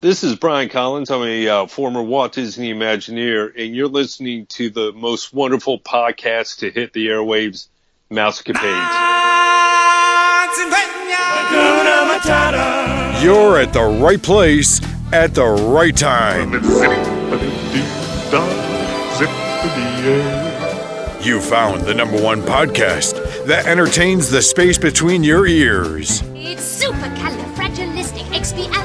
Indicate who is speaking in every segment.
Speaker 1: This is Brian Collins. I'm a uh, former Walt Disney Imagineer, and you're listening to the most wonderful podcast to hit the airwaves, Mousecapades.
Speaker 2: You're at the right place at the right time. You found the number one podcast that entertains the space between your ears.
Speaker 3: It's supercalifragilisticexpialidocious.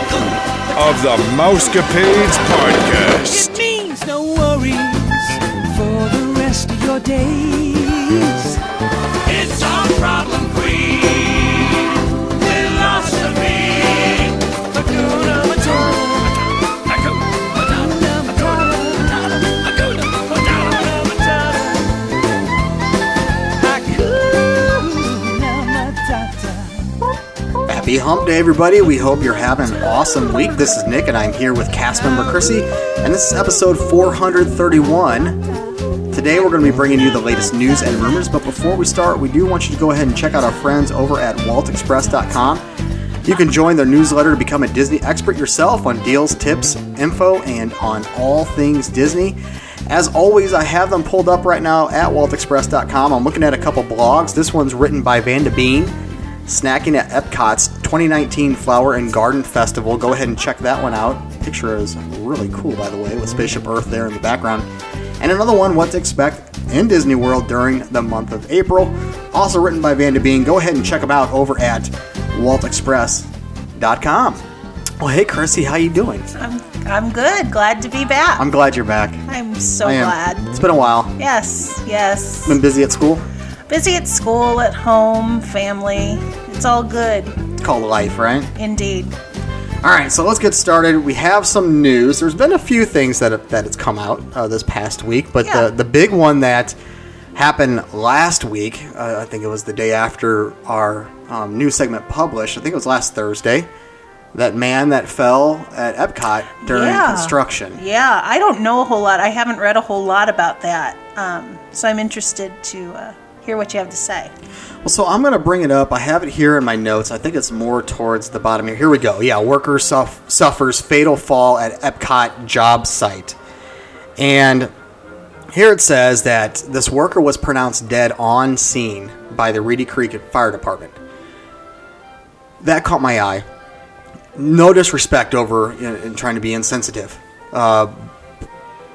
Speaker 2: of the Mousecapades Podcast.
Speaker 4: It means no worries for the rest of your days. It's our problem free philosophy. Hakuna Matata. Hakuna Matata. Hakuna Matata. Hakuna Matata.
Speaker 5: Happy Hump Day, everybody. We hope you're having an awesome week. This is Nick, and I'm here with cast member Chrissy, and this is episode 431. Today, we're going to be bringing you the latest news and rumors, but before we start, we do want you to go ahead and check out our friends over at waltexpress.com. You can join their newsletter to become a Disney expert yourself on deals, tips, info, and on all things Disney. As always, I have them pulled up right now at waltexpress.com. I'm looking at a couple blogs. This one's written by Vanda Bean snacking at Epcot's 2019 Flower and Garden Festival. Go ahead and check that one out. Picture is really cool, by the way, with Spaceship Earth there in the background. And another one, What to Expect in Disney World during the month of April. Also written by Vanda Bean. Go ahead and check them out over at waltexpress.com. Well, hey, Chrissy, how you doing?
Speaker 6: I'm, I'm good. Glad to be back.
Speaker 5: I'm
Speaker 6: I'm,
Speaker 5: glad you're back.
Speaker 6: so
Speaker 5: I am.
Speaker 6: glad.
Speaker 5: It's been a while.
Speaker 6: Yes, yes.
Speaker 5: Been busy at school.
Speaker 6: Busy at school, at home, family. It's all good,
Speaker 5: It's called life, right?
Speaker 6: indeed.
Speaker 5: All right, so let's get started. We have some news. There's been a few things that have, that has come out uh, this past week, but
Speaker 6: Yeah.
Speaker 5: the the big one that happened last week, uh, I think it was the day after our um, news segment published. I think it was last Thursday. That man that fell at Epcot during
Speaker 6: Yeah.
Speaker 5: construction.
Speaker 6: Yeah, I don't know a whole lot. I haven't read a whole lot about that. Um, so I'm interested to uh, hear what you have to say.
Speaker 5: Well, so I'm going to bring it up. I have it here in my notes. I think it's more towards the bottom here. Here we go. Yeah, worker suff- suffers fatal fall at Epcot job site. And here it says that this worker was pronounced dead on scene by the Reedy Creek Fire Department. That caught my eye. No disrespect over you know, and trying to be insensitive. Uh,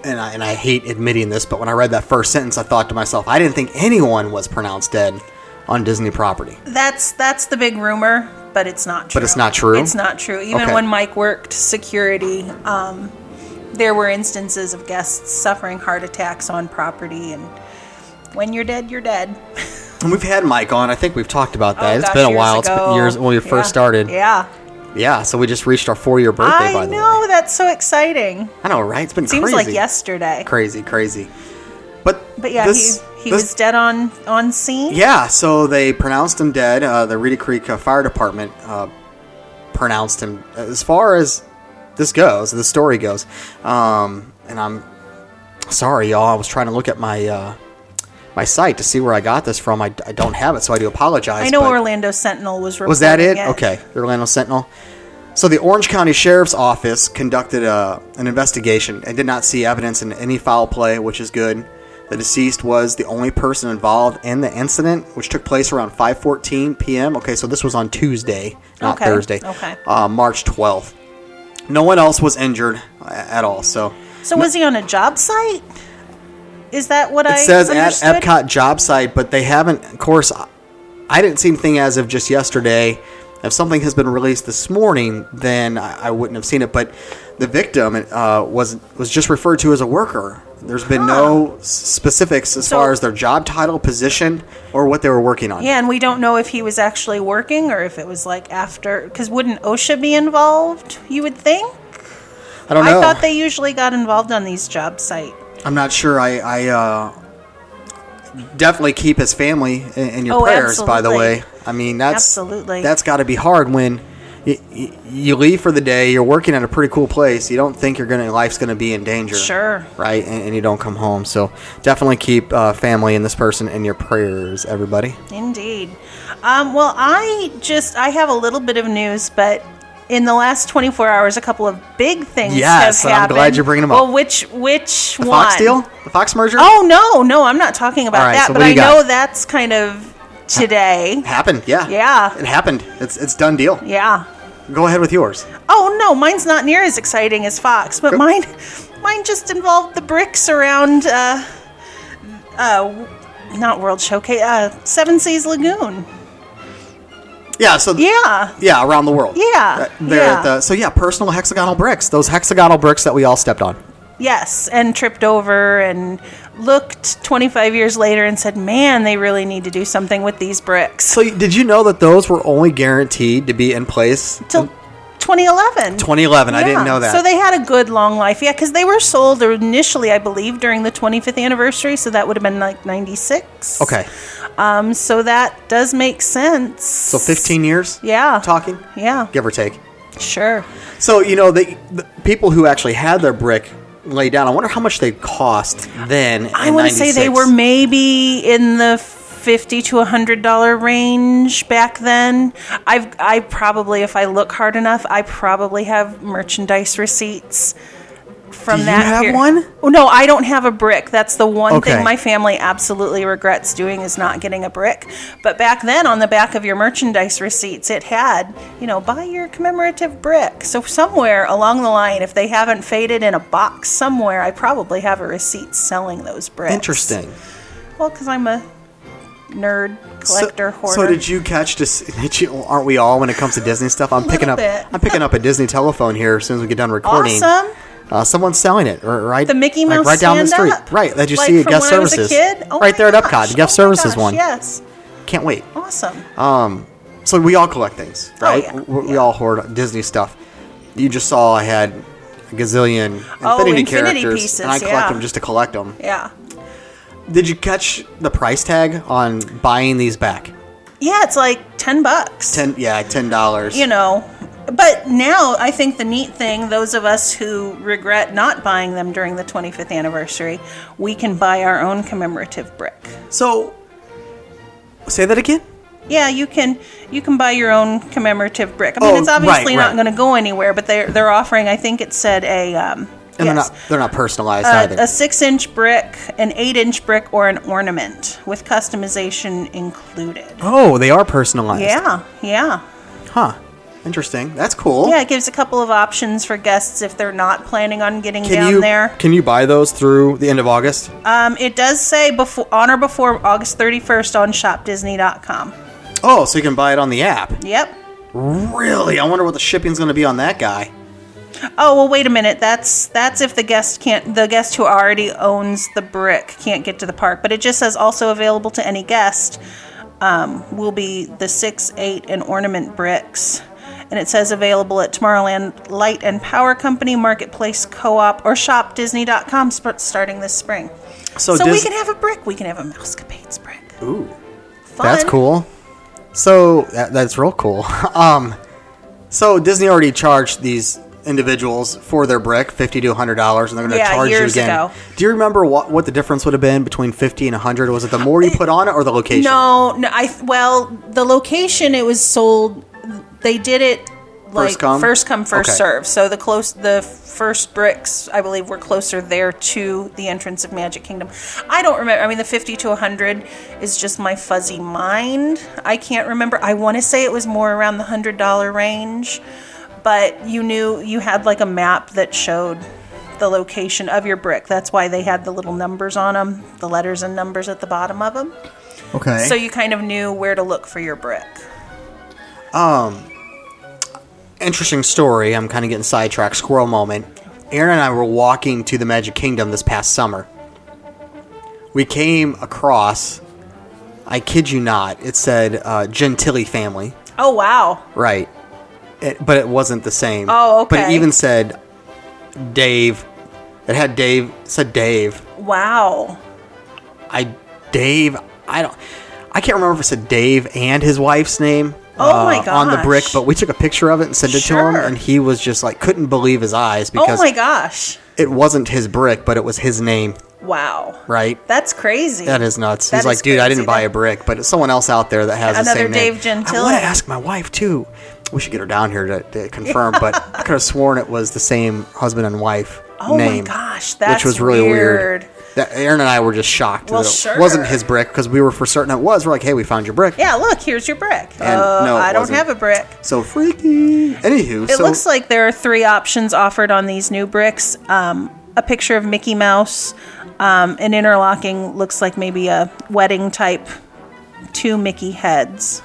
Speaker 5: and I, and I hate admitting this, but when I read that first sentence, I thought to myself, I didn't think anyone was pronounced dead on Disney property.
Speaker 6: That's that's the big rumor, but it's not true.
Speaker 5: But it's not true?
Speaker 6: It's not true. Even
Speaker 5: Oh. Okay.
Speaker 6: when Mike worked security, um, there were instances of guests suffering heart attacks on property, and when you're dead, you're dead.
Speaker 5: And we've had Mike on. I think we've talked about that.
Speaker 6: Oh,
Speaker 5: it's
Speaker 6: gosh,
Speaker 5: been a
Speaker 6: years
Speaker 5: while. It's been
Speaker 6: ago.
Speaker 5: years when we first
Speaker 6: Yeah.
Speaker 5: started.
Speaker 6: Yeah.
Speaker 5: Yeah, so we just reached our four-year birthday. by
Speaker 6: I
Speaker 5: the
Speaker 6: know.
Speaker 5: way,
Speaker 6: That's so exciting.
Speaker 5: I know, right? It's been
Speaker 6: Seems
Speaker 5: crazy.
Speaker 6: like yesterday.
Speaker 5: crazy, crazy. But
Speaker 6: But yeah,
Speaker 5: this-
Speaker 6: he, he
Speaker 5: this-
Speaker 6: was dead on, on scene.
Speaker 5: Yeah, so they pronounced him dead. Uh, the Reedy Creek uh, Fire Department uh, pronounced him. As far as this goes, the story goes, um, and I'm sorry, y'all. I was trying to look at my uh, my site to see where I got this from. I, I don't have it, so I do apologize.
Speaker 6: I know
Speaker 5: but-
Speaker 6: Orlando Sentinel was reporting
Speaker 5: was that it?
Speaker 6: it.
Speaker 5: Okay, the Orlando Sentinel. So the Orange County Sheriff's Office conducted a, an investigation and did not see evidence in any foul play, which is good. The deceased was the only person involved in the incident, which took place around 5:14 p.m. Okay, so this was on Tuesday, not
Speaker 6: Okay,
Speaker 5: Thursday.
Speaker 6: okay.
Speaker 5: uh, March 12th. No one else was injured a- at all. So
Speaker 6: So was he on a job site? Is that what
Speaker 5: it
Speaker 6: I
Speaker 5: says
Speaker 6: understood?
Speaker 5: at Epcot job site, but they haven't. Of course, I- I didn't see anything as of just yesterday. If something has been released this morning, then I, I wouldn't have seen it. But the victim uh, was was just referred to as a worker. There's been no s- specifics as
Speaker 6: So-
Speaker 5: far as their job title, position, or what they were working on.
Speaker 6: Yeah, and we don't know if he was actually working or if it was like after. Because wouldn't OSHA be involved? You would think.
Speaker 7: I don't
Speaker 5: I
Speaker 7: know.
Speaker 5: thought they usually got involved on these job site.
Speaker 7: I'm not sure. I, I uh, definitely keep his family in, in your
Speaker 5: Oh,
Speaker 7: prayers. By the
Speaker 5: absolutely.
Speaker 7: way, I mean that's
Speaker 5: Absolutely.
Speaker 7: that's got to be hard when y- y- you leave for the day. You're working at a pretty cool place. You don't think you're gonna life's gonna be in danger.
Speaker 5: Sure.
Speaker 7: Right, and, and you don't come home. So definitely keep uh, family and this person in your prayers, everybody.
Speaker 5: Indeed. Um, well, I just I have a little bit of news, but in the last 24 hours, a couple of big things
Speaker 7: Yes,
Speaker 5: have
Speaker 7: I'm
Speaker 5: happened.
Speaker 7: glad you're bringing 'em up.
Speaker 5: Well, which which
Speaker 7: The
Speaker 5: one?
Speaker 7: Fox deal, the Fox merger.
Speaker 5: Oh no, no, I'm not talking about
Speaker 7: All right,
Speaker 5: that.
Speaker 7: so
Speaker 5: but
Speaker 7: what do
Speaker 5: I
Speaker 7: you
Speaker 5: know
Speaker 7: got?
Speaker 5: that's kind of today.
Speaker 7: happened. Yeah,
Speaker 5: Yeah.
Speaker 7: it happened. It's it's done deal.
Speaker 5: Yeah.
Speaker 7: Go ahead with yours.
Speaker 5: Oh no, mine's not near as exciting as Fox, but mine, mine just involved the bricks around, uh, uh, not World Showcase, uh, Seven Seas Lagoon.
Speaker 7: Yeah. So
Speaker 5: Yeah.
Speaker 7: Yeah, around the world.
Speaker 5: Yeah,
Speaker 7: Uh, they're
Speaker 5: yeah.
Speaker 7: at the- so yeah, personal hexagonal bricks. Those hexagonal bricks that we all stepped on.
Speaker 5: Yes, and tripped over and looked 25 years later and said, "Man, they really need to do something with these bricks."
Speaker 7: So y- did you know that those were only guaranteed to be in place
Speaker 5: Till 2011.
Speaker 7: 2011? I didn't
Speaker 5: Yeah,
Speaker 7: know that.
Speaker 5: So they had a good long life. Yeah, cuz they were sold initially, I believe, during the 25th anniversary, so that would have been like 96.
Speaker 7: okay.
Speaker 5: Um so that does make sense.
Speaker 7: So 15 years.
Speaker 5: Yeah.
Speaker 7: Talking,
Speaker 5: Yeah.
Speaker 7: give or take.
Speaker 5: Sure.
Speaker 7: So you know the, the people who actually had their brick laid down. I wonder how much they cost then.
Speaker 5: I
Speaker 7: in
Speaker 5: want to say they
Speaker 7: 96.
Speaker 5: were maybe in the 50 to 100 dollar range back then. I've I probably if I look hard enough, I probably have merchandise receipts from
Speaker 7: Do you
Speaker 5: that
Speaker 7: have
Speaker 5: peri-
Speaker 7: one?
Speaker 5: Oh, no, I don't have a brick. That's the one
Speaker 7: Okay.
Speaker 5: thing my family absolutely regrets doing is not getting a brick. But back then on the back of your merchandise receipts, it had, you know, buy your commemorative brick. So somewhere along the line, if they haven't faded in a box somewhere, I probably have a receipt selling those bricks.
Speaker 7: interesting.
Speaker 5: Well, because I'm a nerd collector
Speaker 7: so,
Speaker 5: hoarder.
Speaker 7: So did you catch? Just did you? Aren't we all when it comes to Disney stuff? I'm picking up.
Speaker 5: little bit.
Speaker 7: I'm picking up a Disney telephone here as soon as we get done recording.
Speaker 5: Awesome.
Speaker 7: Uh, someone's selling it r- right.
Speaker 5: The Mickey
Speaker 7: like,
Speaker 5: Mouse
Speaker 7: right down the
Speaker 5: stand
Speaker 7: street.
Speaker 5: up?
Speaker 7: Right that you
Speaker 5: Like
Speaker 7: see at
Speaker 5: from
Speaker 7: guest
Speaker 5: when I was a
Speaker 7: services.
Speaker 5: kid? Oh
Speaker 7: right
Speaker 5: my
Speaker 7: there at
Speaker 5: gosh.
Speaker 7: Epcot, the guest
Speaker 5: Oh my
Speaker 7: services
Speaker 5: gosh,
Speaker 7: one.
Speaker 5: Yes,
Speaker 7: Can't wait. Um,
Speaker 5: awesome.
Speaker 7: So we all collect things,
Speaker 5: Oh,
Speaker 7: right?
Speaker 5: yeah,
Speaker 7: we, we all hoard Disney stuff. You just saw I had a gazillion Infinity,
Speaker 5: Oh, Infinity
Speaker 7: characters,
Speaker 5: pieces,
Speaker 7: and I collect
Speaker 5: yeah.
Speaker 7: them just to collect them.
Speaker 5: yeah,
Speaker 7: Did you catch the price tag on buying these back?
Speaker 5: yeah. It's like ten bucks.
Speaker 7: Ten, yeah, ten dollars.
Speaker 5: You know. But now I think the neat thing, those of us who regret not buying them during the 25th anniversary, we can buy our own commemorative brick.
Speaker 7: So, say that again.
Speaker 5: Yeah, you can you can buy your own commemorative brick. I mean,
Speaker 7: Oh,
Speaker 5: it's
Speaker 7: right,
Speaker 5: obviously not
Speaker 7: right.
Speaker 5: going to go anywhere, but they're they're offering. I think it said a um,
Speaker 7: And
Speaker 5: yes,
Speaker 7: they're
Speaker 5: Uh,
Speaker 7: not they're not personalized
Speaker 5: a,
Speaker 7: either.
Speaker 5: a six inch brick, an eight inch brick, or an ornament with customization included.
Speaker 7: oh, they are personalized.
Speaker 5: Yeah, yeah.
Speaker 7: Huh. Interesting. That's cool.
Speaker 5: Yeah, it gives a couple of options for guests if they're not planning on getting
Speaker 7: Can
Speaker 5: down
Speaker 7: you
Speaker 5: there.
Speaker 7: can you buy those through the end of August?
Speaker 5: Um, it does say before on or before August 31st on shopdisney.com.
Speaker 7: Oh, so you can buy it on the app.
Speaker 5: Yep.
Speaker 7: Really? I wonder what the shipping's going to be on that guy.
Speaker 5: Oh well, wait a minute. That's that's if the guest can't the guest who already owns the brick can't get to the park. But it just says also available to any guest um, will be the six, eight, and ornament bricks. And it says available at Tomorrowland Light and Power Company, Marketplace Co-op, or ShopDisney.com sp- starting this spring. So, we
Speaker 7: Dis-
Speaker 5: can have a brick. We can have a Mousecapades brick.
Speaker 7: Ooh,
Speaker 5: Fun.
Speaker 7: that's cool. So that, that's real cool. um, so Disney already charged these individuals for their brick fifty to hundred dollars, and they're going to
Speaker 5: Yeah,
Speaker 7: charge
Speaker 5: years
Speaker 7: you again.
Speaker 5: ago.
Speaker 7: Do you remember what what the difference would have been between fifty and hundred? Was it the more you put on it or the location?
Speaker 5: Uh, No, no. I well, the location it was sold. They did it like first
Speaker 7: come?
Speaker 5: come, first
Speaker 7: Okay.
Speaker 5: serve. So the close, the first bricks, I believe, were closer there to the entrance of Magic Kingdom. I don't remember. I mean, the fifty to hundred is just my fuzzy mind. I can't remember. I want to say it was more around the hundred dollar range, but you knew you had like a map that showed. The location of your brick. That's why they had the little numbers on them, the letters and numbers at the bottom of them.
Speaker 7: Okay.
Speaker 5: So you kind of knew where to look for your brick.
Speaker 7: interesting story. I'm kind of getting sidetracked. Squirrel moment. Aaron and I were walking to the Magic Kingdom this past summer. We came across, I kid you not, it said uh, Gentili family,
Speaker 5: Oh wow.
Speaker 7: right? It, but it wasn't the same.
Speaker 5: Oh,
Speaker 7: But it
Speaker 5: okay.
Speaker 7: even said Dave. It had Dave. It said Dave.
Speaker 5: Wow. Oh
Speaker 7: I Dave. I don't. I can't remember if it said Dave and his wife's name. uh,
Speaker 5: Oh my
Speaker 7: On the brick,
Speaker 5: gosh.
Speaker 7: but we took a picture of it and sent it to
Speaker 5: Sure.
Speaker 7: him, and he was just like couldn't believe his eyes
Speaker 5: Oh
Speaker 7: because
Speaker 5: my gosh.
Speaker 7: it wasn't his brick, but it was his name,
Speaker 5: Wow.
Speaker 7: right?
Speaker 5: That's crazy.
Speaker 7: That is nuts.
Speaker 5: That
Speaker 7: He's like,
Speaker 5: is
Speaker 7: dude, I
Speaker 5: crazy.
Speaker 7: didn't buy a brick, but it's someone else out there that has the same
Speaker 5: Another Dave
Speaker 7: name. I
Speaker 5: Gentile.
Speaker 7: want to ask my wife too. We should get her down here to, to confirm, but I could have sworn it was the same husband and wife
Speaker 5: Oh
Speaker 7: name.
Speaker 5: my gosh. That's
Speaker 7: which was really weird.
Speaker 5: weird.
Speaker 7: That Aaron and I were just shocked.
Speaker 5: Well,
Speaker 7: that it
Speaker 5: sure.
Speaker 7: wasn't his brick because we were for certain it was. We're like, hey, we found your brick.
Speaker 5: Yeah, look, here's your brick.
Speaker 7: And
Speaker 5: uh,
Speaker 7: no, it
Speaker 5: I don't
Speaker 7: wasn't.
Speaker 5: have a brick.
Speaker 7: So freaky. Anywho,
Speaker 5: It
Speaker 7: so
Speaker 5: looks like there are three options offered on these new bricks um, a picture of Mickey Mouse, um, an interlocking, looks like maybe a wedding type, two Mickey heads,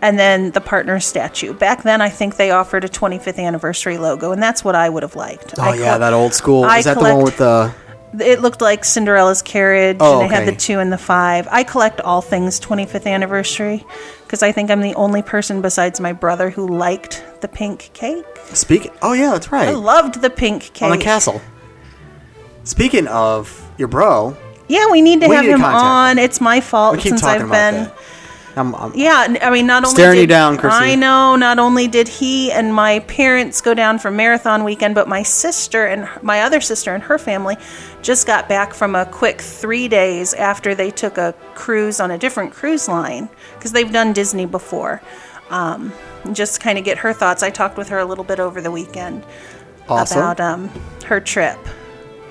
Speaker 5: and then the partner statue. Back then, I think they offered a 25th anniversary logo, and that's what I would have liked.
Speaker 7: oh yeah, that old school.
Speaker 5: I
Speaker 7: Is that the one
Speaker 5: collect-
Speaker 7: with the?
Speaker 5: It looked like Cinderella's carriage,
Speaker 7: Oh,
Speaker 5: and they had
Speaker 7: okay.
Speaker 5: the two and the five. I collect all things 25th anniversary because I think I'm the only person besides my brother who liked the pink cake.
Speaker 7: Speak. Oh yeah, that's right.
Speaker 5: I loved the pink cake.
Speaker 7: on the castle. Speaking of your bro,
Speaker 5: Yeah, we need to
Speaker 7: We
Speaker 5: have
Speaker 7: need to
Speaker 5: him
Speaker 7: contact
Speaker 5: on. It's my fault
Speaker 7: we keep
Speaker 5: since
Speaker 7: talking
Speaker 5: I've
Speaker 7: about
Speaker 5: been.
Speaker 7: that. I'm, I'm,
Speaker 5: Yeah, n- I mean, not only
Speaker 7: Staring
Speaker 5: did,
Speaker 7: you down, Chrissy.
Speaker 5: I know. Not only did he and my parents go down for marathon weekend, but my sister and my other sister and her family just got back from a quick three days after they took a cruise on a different cruise line because they've done Disney before. Um, just kind of get her thoughts. I talked with her a little bit over the weekend
Speaker 7: awesome.
Speaker 5: about um, her trip.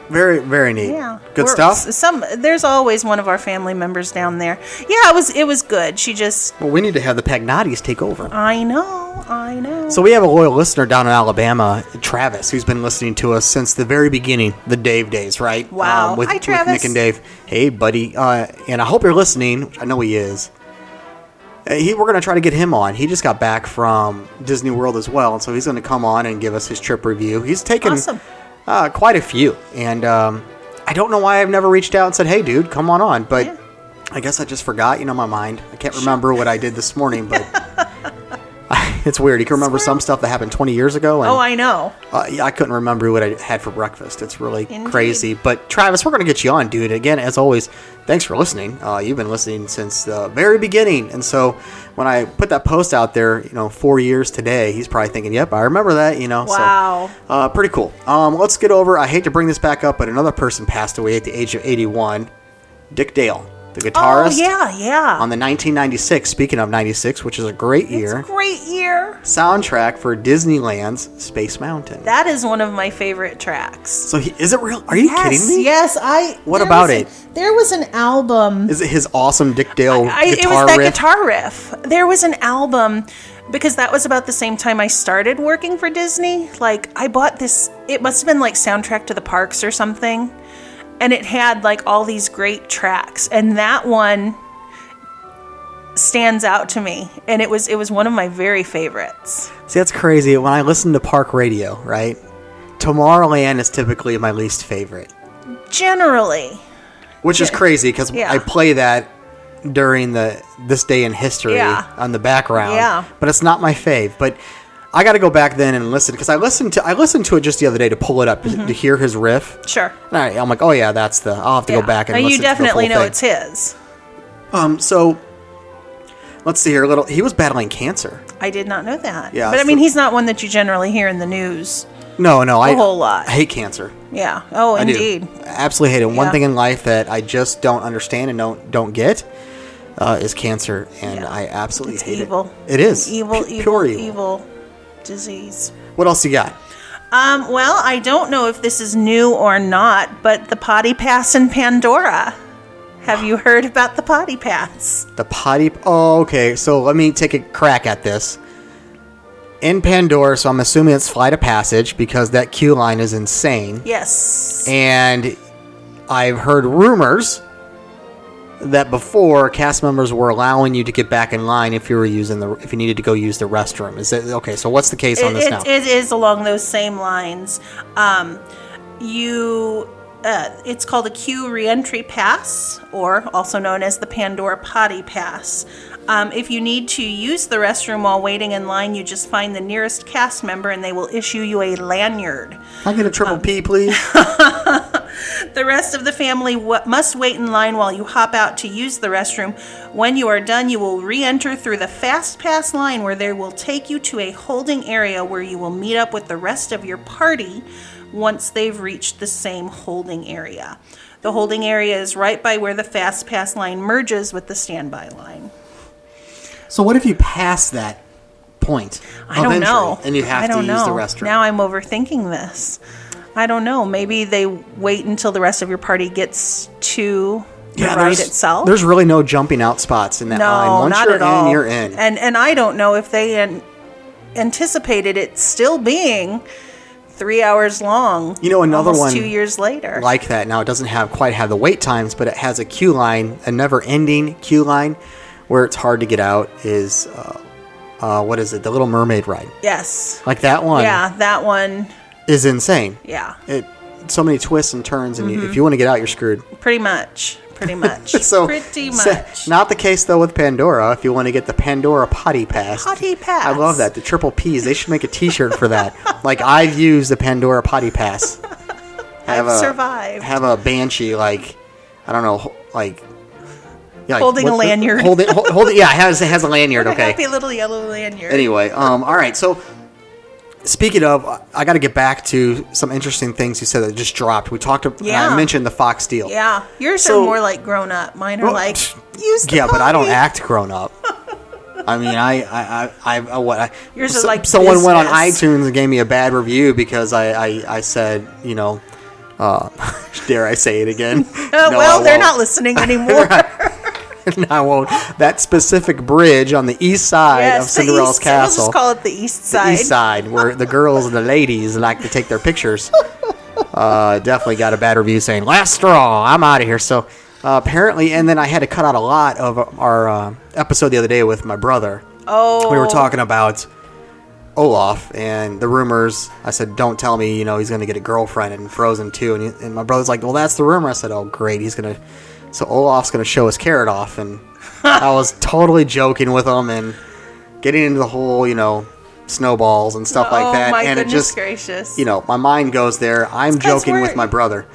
Speaker 7: very very neat.
Speaker 5: Yeah.
Speaker 7: Good
Speaker 5: We're-
Speaker 7: stuff.
Speaker 5: s- Some there's always one of our family members down there. Yeah, it was it was good. She just
Speaker 7: Well, we need to have the Pagnottis take over.
Speaker 5: I know, I know.
Speaker 7: So we have a loyal listener down in Alabama, Travis, who's been listening to us since the very beginning, the Dave days, right? Um,
Speaker 5: Wow.
Speaker 7: with,
Speaker 5: Hi,
Speaker 7: with
Speaker 5: Travis.
Speaker 7: Nick and Dave. Hey, buddy. Uh, and I hope you're listening. which I know he is. Uh, He, we're going to try to get him on. He just got back from Disney World as well, and so he's going to come on and give us his trip review. He's taken
Speaker 5: Awesome.
Speaker 7: uh, quite a few, and um, I don't know why I've never reached out and said, "Hey, dude, come on on," but
Speaker 5: Yeah.
Speaker 7: I guess I just forgot. You know, my mind. I can't remember what I did this morning, but. It's weird. You can remember some stuff that happened 20 years ago, and
Speaker 5: oh, I know.
Speaker 7: uh, yeah, I couldn't remember what I had for breakfast. It's really
Speaker 5: Indeed.
Speaker 7: crazy. But Travis, we're going to get you on, dude. Again, as always, thanks for listening. Uh, you've been listening since the very beginning, and so when I put that post out there, you know, four years today, he's probably thinking, "Yep, I remember that." You know,
Speaker 5: Wow.
Speaker 7: So, uh, pretty cool. Um, let's get over. I hate to bring this back up, but another person passed away at the age of 81. Dick Dale, the
Speaker 5: Oh
Speaker 7: guitarist.
Speaker 5: yeah, yeah.
Speaker 7: On the 1996, speaking of 96, which is a great
Speaker 5: it's
Speaker 7: year,
Speaker 5: a great year.
Speaker 7: soundtrack for Disneyland's Space Mountain.
Speaker 5: That is one of my favorite tracks.
Speaker 7: So he, is it real? Are you
Speaker 5: yes,
Speaker 7: kidding me?
Speaker 5: yes. I.
Speaker 7: What
Speaker 5: there
Speaker 7: about
Speaker 5: was an-
Speaker 7: it?
Speaker 5: there was an album.
Speaker 7: Is it his awesome Dick Dale
Speaker 5: I, it
Speaker 7: guitar
Speaker 5: was that
Speaker 7: riff?
Speaker 5: guitar riff. There was an album because that was about the same time I started working for Disney. Like I bought this. It must have been like soundtrack to the parks or something, and it had like all these great tracks, and that one stands out to me. And it was it was one of my very favorites.
Speaker 7: See, that's crazy. When I listen to park radio, right? Tomorrowland is typically my least favorite,
Speaker 5: Generally,
Speaker 7: which is crazy because
Speaker 5: Yeah.
Speaker 7: I play that during the this day in history
Speaker 5: Yeah.
Speaker 7: on the background.
Speaker 5: Yeah.
Speaker 7: but it's not my fave. But I got to go back then and listen because I listened to I listened to it just the other day to pull it up
Speaker 5: Mm-hmm.
Speaker 7: to, to hear his riff.
Speaker 5: sure.
Speaker 7: And I, I'm like, oh yeah, that's the. I'll have to
Speaker 5: Yeah.
Speaker 7: go back and.
Speaker 5: Now,
Speaker 7: listen
Speaker 5: you
Speaker 7: to the
Speaker 5: definitely
Speaker 7: full
Speaker 5: know
Speaker 7: thing.
Speaker 5: it's his.
Speaker 7: Um, so let's see here. A little. He was battling cancer.
Speaker 5: I did not know that.
Speaker 7: Yeah,
Speaker 5: but I
Speaker 7: it's
Speaker 5: mean,
Speaker 7: the-
Speaker 5: he's not one that you generally hear in the news.
Speaker 7: No, no, I
Speaker 5: whole lot.
Speaker 7: I hate cancer.
Speaker 5: Yeah. Oh,
Speaker 7: I do.
Speaker 5: indeed.
Speaker 7: I absolutely hate it. One
Speaker 5: Yeah.
Speaker 7: thing in life that I just don't understand and don't don't get uh, is cancer, and I absolutely
Speaker 5: It's
Speaker 7: hate
Speaker 5: evil.
Speaker 7: it. It is
Speaker 5: evil,
Speaker 7: Pu-
Speaker 5: evil,
Speaker 7: pure
Speaker 5: evil, disease.
Speaker 7: What else you got?
Speaker 5: Um, well, I don't know if this is new or not, but the potty pass in Pandora. Have you heard about the potty pass?
Speaker 7: The potty. Oh, okay. So let me take a crack at this. In Pandora, so I'm assuming it's Flight of Passage because that queue line is insane.
Speaker 5: Yes.
Speaker 7: And I've heard rumors that before cast members were allowing you to get back in line if you were using the if you needed to go use the restroom. Is that okay? So what's the case on
Speaker 5: It-
Speaker 7: this
Speaker 5: it-
Speaker 7: now?
Speaker 5: it is along those same lines. Um, you uh, it's called a Q reentry pass, or also known as the Pandora potty pass. Um, if you need to use the restroom while waiting in line, you just find the nearest cast member and they will issue you a lanyard.
Speaker 7: Can I get a triple P, please?
Speaker 5: The rest of the family w- must wait in line while you hop out to use the restroom. When you are done, you will re enter through the fast pass line where they will take you to a holding area where you will meet up with the rest of your party once they've reached the same holding area. The holding area is right by where the fast pass line merges with the standby line.
Speaker 7: So what if you pass that point?
Speaker 5: I don't know.
Speaker 7: And you have
Speaker 5: I
Speaker 7: to
Speaker 5: don't
Speaker 7: use
Speaker 5: know.
Speaker 7: the restroom.
Speaker 5: Now I'm overthinking this. I don't know. Maybe they wait until the rest of your party gets to the ride
Speaker 7: there's-
Speaker 5: itself.
Speaker 7: There's really no jumping out spots in that
Speaker 5: no,
Speaker 7: line. Once
Speaker 5: not
Speaker 7: you're
Speaker 5: at
Speaker 7: in,
Speaker 5: all.
Speaker 7: you're in.
Speaker 5: And and I don't know if they an- anticipated it still being three hours long.
Speaker 7: You know, another one
Speaker 5: almost two years later.
Speaker 7: like that. Now it doesn't have quite have the wait times, but it has a queue line, a never-ending queue line, where it's hard to get out. Is uh, uh, what is it? The Little Mermaid ride.
Speaker 5: yes,
Speaker 7: Like that one
Speaker 5: yeah, that one.
Speaker 7: is insane.
Speaker 5: Yeah,
Speaker 7: It so many twists and turns, and
Speaker 5: Mm-hmm.
Speaker 7: you, if you want to get out, you're screwed.
Speaker 5: pretty much, pretty much,
Speaker 7: So
Speaker 5: pretty much.
Speaker 7: so- not the case though with Pandora. If you want to get the Pandora potty pass,
Speaker 5: Potty pass.
Speaker 7: I love that. The triple P's. They should make a T-shirt for that. like I've used the Pandora potty pass. Have
Speaker 5: I've
Speaker 7: a-
Speaker 5: survived.
Speaker 7: Have a banshee like I don't know ho- like. yeah, like,
Speaker 5: Holding a lanyard.
Speaker 7: Hold it, hold, hold it. Yeah, it has it has a lanyard.
Speaker 5: A
Speaker 7: Okay.
Speaker 5: happy little yellow lanyard.
Speaker 7: Anyway, um, all right. So speaking of, I- I got to get back to some interesting things you said that just dropped. We talked. ab- I
Speaker 5: Yeah.
Speaker 7: mentioned the Fox deal.
Speaker 5: Yeah, yours
Speaker 7: So-
Speaker 5: are more like grown up. Mine are
Speaker 7: Well,
Speaker 5: like use. The
Speaker 7: yeah, but I don't
Speaker 5: potty."
Speaker 7: act grown up. I mean, I, I, I, I what? I,
Speaker 5: Yours is like
Speaker 7: someone went on
Speaker 5: business.
Speaker 7: iTunes and gave me a bad review because I, I, I said, you know, uh, dare I say it again?
Speaker 5: Uh,
Speaker 7: No,
Speaker 5: well,
Speaker 7: I
Speaker 5: they're
Speaker 7: won't.
Speaker 5: not listening anymore.
Speaker 7: I won't. That specific bridge on the east side of
Speaker 5: yes, the
Speaker 7: Cinderella's
Speaker 5: east. I'll
Speaker 7: castle,
Speaker 5: just call it the east
Speaker 7: the
Speaker 5: side.
Speaker 7: east side, where the girls and the ladies like to take their pictures. Uh, definitely got a bad review saying last straw. I'm out of here. So uh, apparently, and then I had to cut out a lot of our uh, episode the other day with my brother.
Speaker 5: Oh,
Speaker 7: we were talking about Olaf and the rumors. I said, "Don't tell me, you know, he's going to get a girlfriend in Frozen 2." And, he, and my brother's like, "Well, that's the rumor." I said, "Oh, great, he's going to." So Olaf's going to show his carrot off, and I was totally joking with him and getting into the whole, you know, snowballs and stuff
Speaker 5: oh,
Speaker 7: like that.
Speaker 5: my
Speaker 7: and
Speaker 5: goodness
Speaker 7: it just,
Speaker 5: gracious.
Speaker 7: you know, my mind goes there. I'm
Speaker 5: 'cause
Speaker 7: joking with
Speaker 5: we're-
Speaker 7: my brother,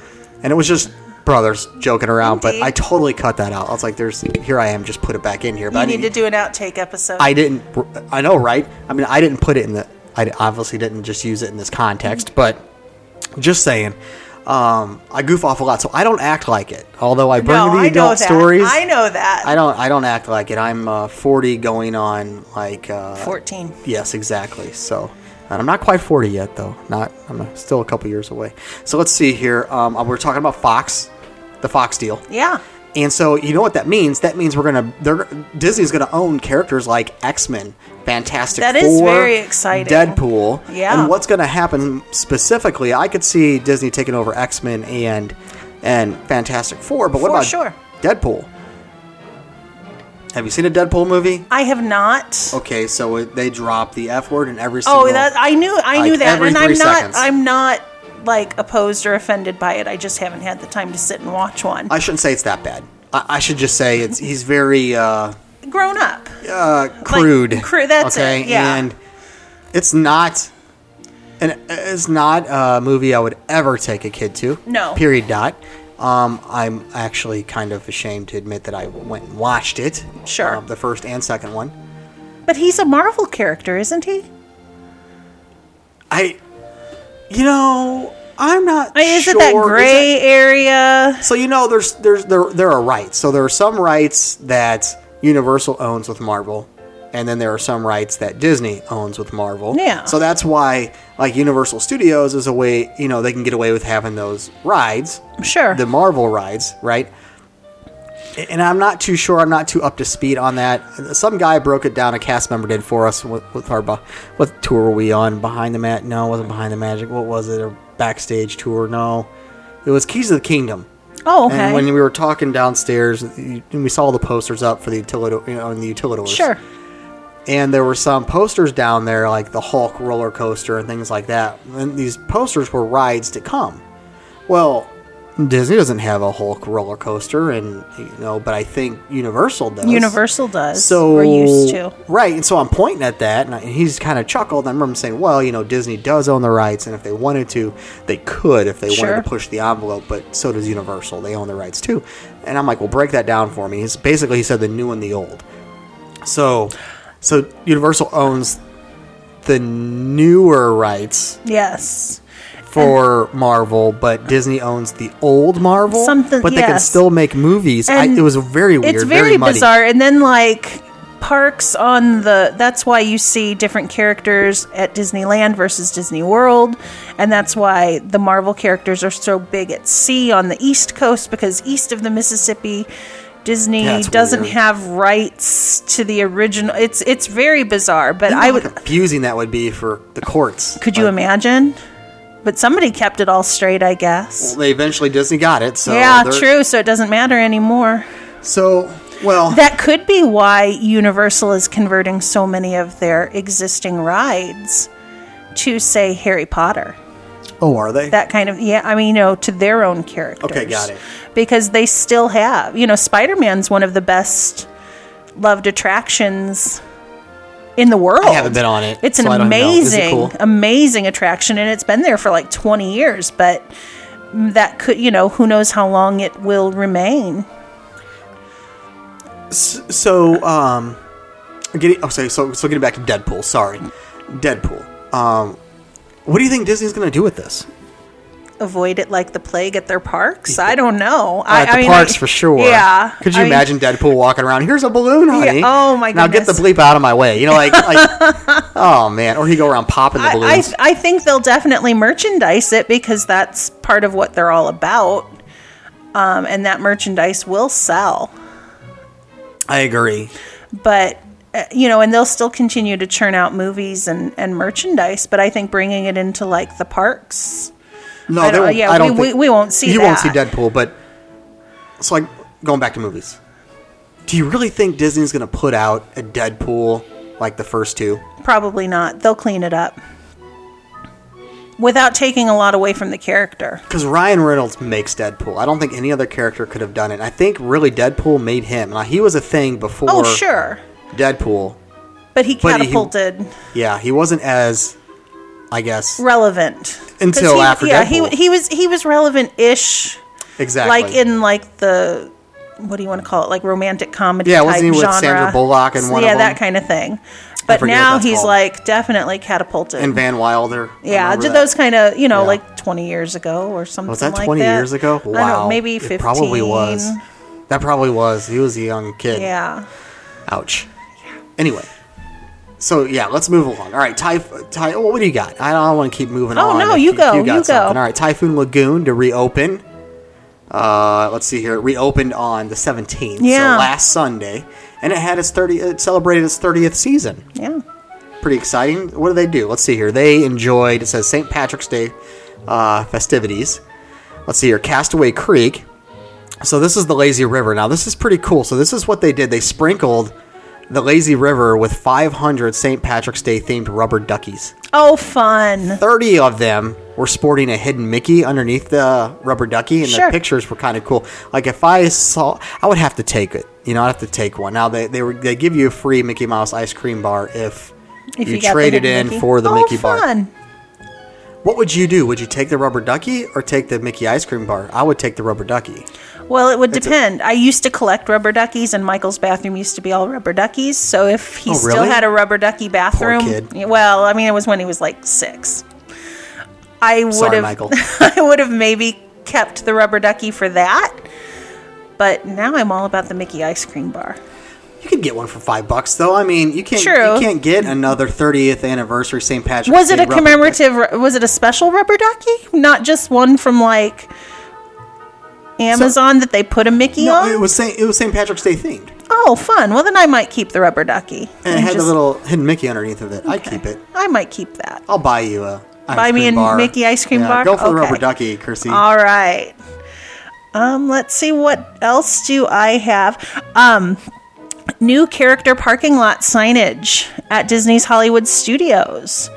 Speaker 7: and it was just brothers joking around. But
Speaker 5: Indeed.
Speaker 7: I totally cut that out. I was like, "There's here I am, just put it back in here." But I
Speaker 5: You
Speaker 7: didn't-
Speaker 5: need to do an outtake episode.
Speaker 7: I didn't. I know, right? I mean, I didn't put it in the. I obviously didn't just use it in this
Speaker 5: Mm-hmm.
Speaker 7: context, but just saying, um, I goof off a lot, so I don't act like it. Although I bring
Speaker 5: no,
Speaker 7: the
Speaker 5: I know
Speaker 7: adult
Speaker 5: that.
Speaker 7: stories,
Speaker 5: I know that.
Speaker 7: I don't. I don't act like it. I'm uh, 40, going on like. Uh,
Speaker 5: 14.
Speaker 7: Yes, exactly. So, and I'm not quite 40 yet, though. Not. I'm still a couple years away. So let's see here. Um, we're talking about Fox, the Fox deal.
Speaker 5: Yeah.
Speaker 7: And so you know what that means? That means we're gonna they're, Disney's gonna own characters like X Men, Fantastic
Speaker 5: That
Speaker 7: Four,
Speaker 5: is very exciting.
Speaker 7: Deadpool.
Speaker 5: Yeah.
Speaker 7: And what's gonna happen specifically? I could see Disney taking over X Men and and Fantastic Four, but what
Speaker 5: For
Speaker 7: about
Speaker 5: sure.
Speaker 7: Deadpool? Have you seen a Deadpool movie?
Speaker 5: I have not.
Speaker 7: Okay, so it, they drop the F word in every single.
Speaker 5: oh, that I knew. I knew
Speaker 7: like,
Speaker 5: that,
Speaker 7: every
Speaker 5: and
Speaker 7: three
Speaker 5: I'm not.
Speaker 7: seconds.
Speaker 5: I'm not like opposed or offended by it. I just haven't had the time to sit and watch one.
Speaker 7: I shouldn't say it's that bad. I, I should just say it's he's very. Uh,
Speaker 5: Grown up.
Speaker 7: uh, crude.
Speaker 5: cru- that's it, yeah.
Speaker 7: And it's not. And it's not a movie I would ever take a kid to.
Speaker 5: No.
Speaker 7: Period. Dot. Um, I'm actually kind of ashamed to admit that I went and watched it.
Speaker 5: Sure.
Speaker 7: Um, the first and second one.
Speaker 5: But he's a Marvel character, isn't he?
Speaker 7: I, you know, I'm not.
Speaker 5: I mean, Uh, is
Speaker 7: sure.
Speaker 5: it
Speaker 7: Is
Speaker 5: that
Speaker 7: it-
Speaker 5: gray area?
Speaker 7: So you know, there's there's there there are rights. So there are some rights that Universal owns with Marvel, and then there are some rights that Disney owns with Marvel.
Speaker 5: Yeah.
Speaker 7: So that's why like Universal Studios is a way you know they can get away with having those rides,
Speaker 5: Sure.
Speaker 7: the Marvel rides, right? And I'm not too sure. I'm not too up to speed on that. Some guy broke it down. A cast member did for us with, with our bu- what tour were we on? Behind the mat? No, it wasn't behind the magic. What was it? A backstage tour? No, it was Keys of the Kingdom.
Speaker 5: oh, okay.
Speaker 7: And when we were talking downstairs, you- we saw the posters up for the utility, you know, in the utilidors.
Speaker 5: sure.
Speaker 7: And there were some posters down there, like the Hulk roller coaster and things like that. And these posters were rides to come. Well, Disney doesn't have a Hulk roller coaster, and you know, but I think Universal does.
Speaker 5: Universal does.
Speaker 7: So
Speaker 5: we're used to.
Speaker 7: right, and so I'm pointing at that, and, I, and he's kind of chuckled. and I remember him saying, "Well, you know, Disney does own the rights, and if they wanted to, they could if they
Speaker 5: Sure.
Speaker 7: wanted to push the envelope. But so does Universal; they own the rights too." And I'm like, "Well, break that down for me." He's basically he said the new and the old. So, so Universal owns the newer rights
Speaker 5: Yes.
Speaker 7: for Marvel, but Disney owns the old Marvel.
Speaker 5: Something-
Speaker 7: but they can
Speaker 5: yes.
Speaker 7: still make movies. I,
Speaker 5: And
Speaker 7: it was very weird.
Speaker 5: it's
Speaker 7: very,
Speaker 5: very,
Speaker 7: muddy.
Speaker 5: bizarre and then like parks on the that's why you see different characters at disneyland versus disney world and that's why the marvel characters are so big at sea on the east coast because east of the mississippi disney
Speaker 7: Yeah, it's
Speaker 5: doesn't
Speaker 7: weird.
Speaker 5: have rights to the original it's it's very bizarre but i would
Speaker 7: Confusing that would be for the courts.
Speaker 5: could you imagine but somebody kept it all straight i guess
Speaker 7: They eventually Disney got it. So
Speaker 5: yeah
Speaker 7: they're-
Speaker 5: true so it doesn't matter anymore
Speaker 7: So well,
Speaker 5: That could be why Universal is converting so many of their existing rides to, say, Harry Potter.
Speaker 7: oh, are they?
Speaker 5: That kind of, yeah, I mean, you know, to their own characters.
Speaker 7: Okay, got it.
Speaker 5: Because they still have, you know, Spider Man's one of the best loved attractions in the world.
Speaker 7: I haven't been on it.
Speaker 5: It's
Speaker 7: so I
Speaker 5: an
Speaker 7: don't know. Is it
Speaker 5: amazing,
Speaker 7: cool?
Speaker 5: amazing attraction, and it's been there for like 20 years, but that could, you know, who knows how long it will remain.
Speaker 7: So um, getting oh, sorry, so so getting back to Deadpool. Sorry, Deadpool. Um, what do you think Disney's going to do with this?
Speaker 5: avoid it like the plague at their parks. I don't know.
Speaker 7: Uh,
Speaker 5: I,
Speaker 7: at the
Speaker 5: I mean,
Speaker 7: parks
Speaker 5: I-
Speaker 7: for sure.
Speaker 5: Yeah.
Speaker 7: Could you
Speaker 5: I mean,
Speaker 7: imagine Deadpool walking around? Here's a balloon, honey.
Speaker 5: oh my
Speaker 7: Now get the
Speaker 5: goodness.
Speaker 7: bleep out of my way. You know, like, like oh man, or he go around popping the
Speaker 5: I,
Speaker 7: balloons.
Speaker 5: I, I think they'll definitely merchandise it because that's part of what they're all about. Um, and that merchandise will sell.
Speaker 7: I, agree.
Speaker 5: But, uh, you know, and they'll still continue to churn out movies and, and merchandise. But I think bringing it into like the parks,
Speaker 7: No,
Speaker 5: I
Speaker 7: they
Speaker 5: don't-
Speaker 7: won't,
Speaker 5: yeah,
Speaker 7: I don't
Speaker 5: we-
Speaker 7: think-
Speaker 5: we- we won't see
Speaker 7: You won't see
Speaker 5: that.
Speaker 7: Deadpool, but it's like going back to movies. Do you really think Disney's going to put out a Deadpool like the first two?
Speaker 5: probably not. They'll clean it up without taking a lot away from the character.
Speaker 7: Because Ryan Reynolds makes Deadpool. I don't think any other character could have done it. I think really Deadpool made him. Now he was a thing before
Speaker 5: Oh, sure.
Speaker 7: Deadpool.
Speaker 5: But he
Speaker 7: But he-
Speaker 5: catapulted.
Speaker 7: Yeah, he wasn't as, I guess,
Speaker 5: relevant 'Cause
Speaker 7: Until
Speaker 5: he,
Speaker 7: after
Speaker 5: yeah
Speaker 7: Deadpool.
Speaker 5: he he was he was relevant ish
Speaker 7: exactly
Speaker 5: like in like the what do you want to call it like romantic comedy
Speaker 7: Yeah,
Speaker 5: type
Speaker 7: wasn't he with
Speaker 5: genre
Speaker 7: Sandra Bullock in one of
Speaker 5: yeah
Speaker 7: them?
Speaker 5: that kind of thing but
Speaker 7: forget what
Speaker 5: now
Speaker 7: that's
Speaker 5: he's
Speaker 7: called.
Speaker 5: like definitely catapulted
Speaker 7: and Van Wilder.
Speaker 5: yeah
Speaker 7: Remember
Speaker 5: did
Speaker 7: that?
Speaker 5: those kind of you know
Speaker 7: Yeah.
Speaker 5: like 20 years ago or something
Speaker 7: Was that
Speaker 5: like
Speaker 7: 20
Speaker 5: that.
Speaker 7: years ago? Wow.
Speaker 5: I don't know, maybe 15
Speaker 7: It probably was. That probably was. He was a young kid.
Speaker 5: yeah
Speaker 7: Ouch. Anyway. So yeah, let's move along. All right, Ty, Ty oh, what do you got? I don't want to keep moving
Speaker 5: Oh,
Speaker 7: on.
Speaker 5: no,
Speaker 7: If
Speaker 5: you go,
Speaker 7: You got
Speaker 5: you go.
Speaker 7: something. All right, Typhoon Lagoon to reopen. Uh, let's see here. It reopened on the 17th,
Speaker 5: Yeah.
Speaker 7: so last Sunday, and it had its 30 it celebrated its 30th season.
Speaker 5: yeah
Speaker 7: pretty exciting. What do they do? Let's see here. They enjoyed, it says St. Patrick's Day uh, festivities. Let's see here. Castaway Creek. So this is the Lazy River. Now, this is pretty cool. So, this is what they did. They sprinkled the Lazy River with 500 St. Patrick's Day themed rubber duckies.
Speaker 5: oh fun
Speaker 7: 30 of them were sporting a hidden Mickey underneath the rubber ducky, and
Speaker 5: Sure.
Speaker 7: the pictures were kind of cool. Like if I saw, I would have to take it. You know, I'd have to take one. Now they they were, they give you a free Mickey Mouse ice cream bar if,
Speaker 5: if
Speaker 7: you,
Speaker 5: you, got the
Speaker 7: traded
Speaker 5: hidden
Speaker 7: in
Speaker 5: Mickey.
Speaker 7: for the
Speaker 5: oh,
Speaker 7: Mickey bar.
Speaker 5: fun.
Speaker 7: What would you do? Would you take the rubber ducky or take the Mickey ice cream bar? I would take the rubber ducky.
Speaker 5: Well, it would depend. I used to collect rubber duckies, and Michael's bathroom used to be all rubber duckies. So if he
Speaker 7: Oh,
Speaker 5: still
Speaker 7: really?
Speaker 5: had a rubber ducky bathroom,
Speaker 7: kid.
Speaker 5: well, I mean, it was when he was like six. I would
Speaker 7: Sorry,
Speaker 5: have,
Speaker 7: Michael.
Speaker 5: I would have maybe kept the rubber ducky for that. But now I'm all about the Mickey ice cream bar.
Speaker 7: You could get one for five bucks, though. I mean, you can't
Speaker 5: True.
Speaker 7: you can't get another 30th anniversary St. Patrick's.
Speaker 5: Was it
Speaker 7: Day
Speaker 5: a
Speaker 7: rubber
Speaker 5: commemorative? ru- Was it a special rubber ducky? Not just one from like Amazon that they put a Mickey
Speaker 7: ducky.
Speaker 5: on.
Speaker 7: No, it was Saint, it was St. Patrick's Day themed,
Speaker 5: oh, fun. Well, then I might keep the rubber ducky.
Speaker 7: and it had the
Speaker 5: just-
Speaker 7: little hidden Mickey underneath of it. I'd keep it.
Speaker 5: I might keep that.
Speaker 7: I'll buy you a ice
Speaker 5: Buy me
Speaker 7: cream
Speaker 5: a
Speaker 7: bar.
Speaker 5: Mickey ice cream
Speaker 7: yeah,
Speaker 5: bar?
Speaker 7: Go for the rubber
Speaker 5: Okay.
Speaker 7: ducky, Kirsty.
Speaker 5: All right. Um, let's see what else do I have. Um, new character parking lot signage at Disney's Hollywood Studios.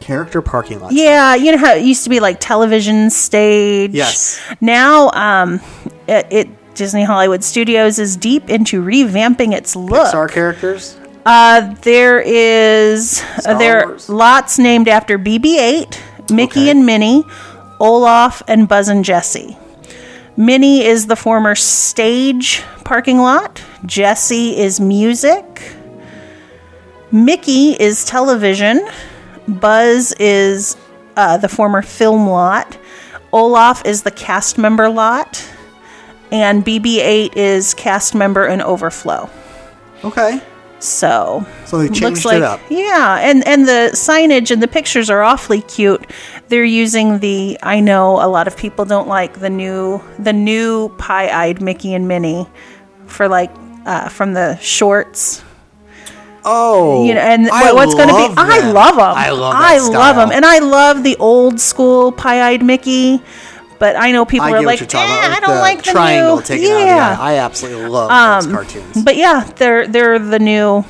Speaker 7: character parking lot.
Speaker 5: Yeah, you know how it used to be like television stage.
Speaker 7: Yes.
Speaker 5: Now, um, it, it Disney Hollywood Studios is deep into revamping its look.
Speaker 7: Pixar characters.
Speaker 5: Uh, there is uh, there are
Speaker 7: Wars?
Speaker 5: lots named after BB-8, Mickey
Speaker 7: Okay.
Speaker 5: and Minnie, Olaf, and Buzz and Jesse. Minnie is the former stage parking lot. Jesse is music. Mickey is television. Buzz is uh, the former film lot. Olaf is the cast member lot. And BB 8 is cast member and overflow.
Speaker 7: Okay.
Speaker 5: So,
Speaker 7: So they changed
Speaker 5: looks like
Speaker 7: it up.
Speaker 5: yeah, and and the signage and the pictures are awfully cute. They're using the I know a lot of people don't like the new the new pie-eyed Mickey and Minnie for like uh, from the shorts.
Speaker 7: Oh,
Speaker 5: You know, and
Speaker 7: I
Speaker 5: what- what's going to be?
Speaker 7: love
Speaker 5: I
Speaker 7: that.
Speaker 5: love them.
Speaker 7: I love. That
Speaker 5: I
Speaker 7: style.
Speaker 5: love them, and I love the old school pie-eyed Mickey. But I know people
Speaker 7: I
Speaker 5: are
Speaker 7: get what
Speaker 5: like,
Speaker 7: you're talking about.
Speaker 5: "Eh, I don't
Speaker 7: the
Speaker 5: like the
Speaker 7: triangle
Speaker 5: new. Um,
Speaker 7: taken out of the eye. I absolutely love those cartoons.
Speaker 5: But yeah, they're they're the new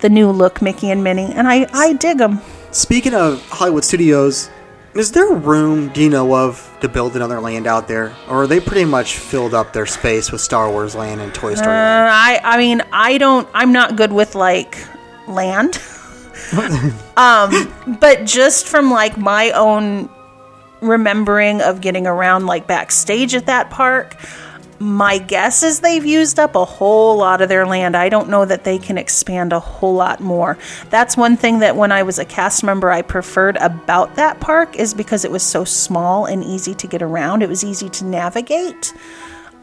Speaker 5: the new look Mickey and Minnie, and I I dig them.
Speaker 7: Speaking of Hollywood studios, is there room, do you know of, to build another land out there, or are they pretty much filled up their space with Star Wars land and Toy Story? land?
Speaker 5: I I mean I don't I'm not good with like land. um but just from like my own remembering of getting around like backstage at that park my guess is they've used up a whole lot of their land. I don't know that they can expand a whole lot more. That's one thing that when I was a cast member I preferred about that park is because it was so small and easy to get around. It was easy to navigate.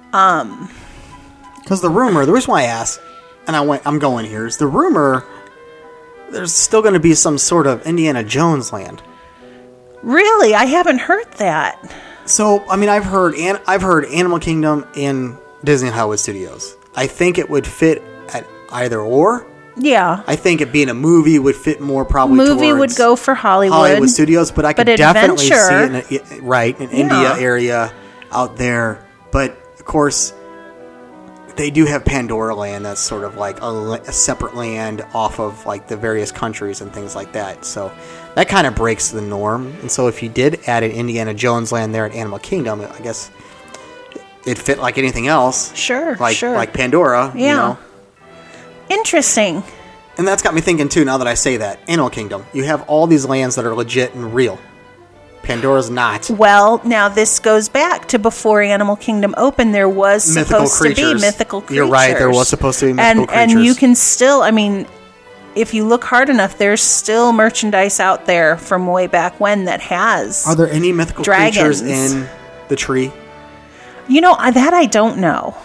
Speaker 7: Because the rumor, the reason why I asked, and I went, I'm going here, is the rumor there's still going to be some sort of Indiana Jones land.
Speaker 5: Really? I haven't heard that.
Speaker 7: So, I mean, I've heard and I've heard Animal Kingdom and Disney Hollywood Studios. I think it would fit at either or.
Speaker 5: Yeah.
Speaker 7: I think it being a movie would fit more probably.
Speaker 5: Movie would
Speaker 7: towards
Speaker 5: go for Hollywood.
Speaker 7: Hollywood Studios, but I could
Speaker 5: But
Speaker 7: definitely see
Speaker 5: adventure-
Speaker 7: it in a, right in India
Speaker 5: Yeah.
Speaker 7: area out there. But of course, they do have Pandora Land. That's sort of like a, la- a separate land off of like the various countries and things like that. So that kind of breaks the norm. And so if you did add an Indiana Jones land there at Animal Kingdom, I guess it fit like anything else.
Speaker 5: Sure,
Speaker 7: like
Speaker 5: sure.
Speaker 7: like Pandora.
Speaker 5: Yeah.
Speaker 7: You know?
Speaker 5: Interesting.
Speaker 7: And that's got me thinking too. Now that I say that, Animal Kingdom, you have all these lands that are legit and real. Pandora's not.
Speaker 5: Well, now this goes back to before Animal Kingdom opened. There was
Speaker 7: Mythical
Speaker 5: supposed to be
Speaker 7: creatures.
Speaker 5: mythical creatures.
Speaker 7: You're right, there was supposed to be mythical
Speaker 5: and, And you
Speaker 7: creatures.
Speaker 5: can still, I mean, if you look hard enough, there's still merchandise out there from way back when that has.
Speaker 7: Are there any mythical
Speaker 5: Dragons.
Speaker 7: creatures in the tree?
Speaker 5: you know I- that I don't know.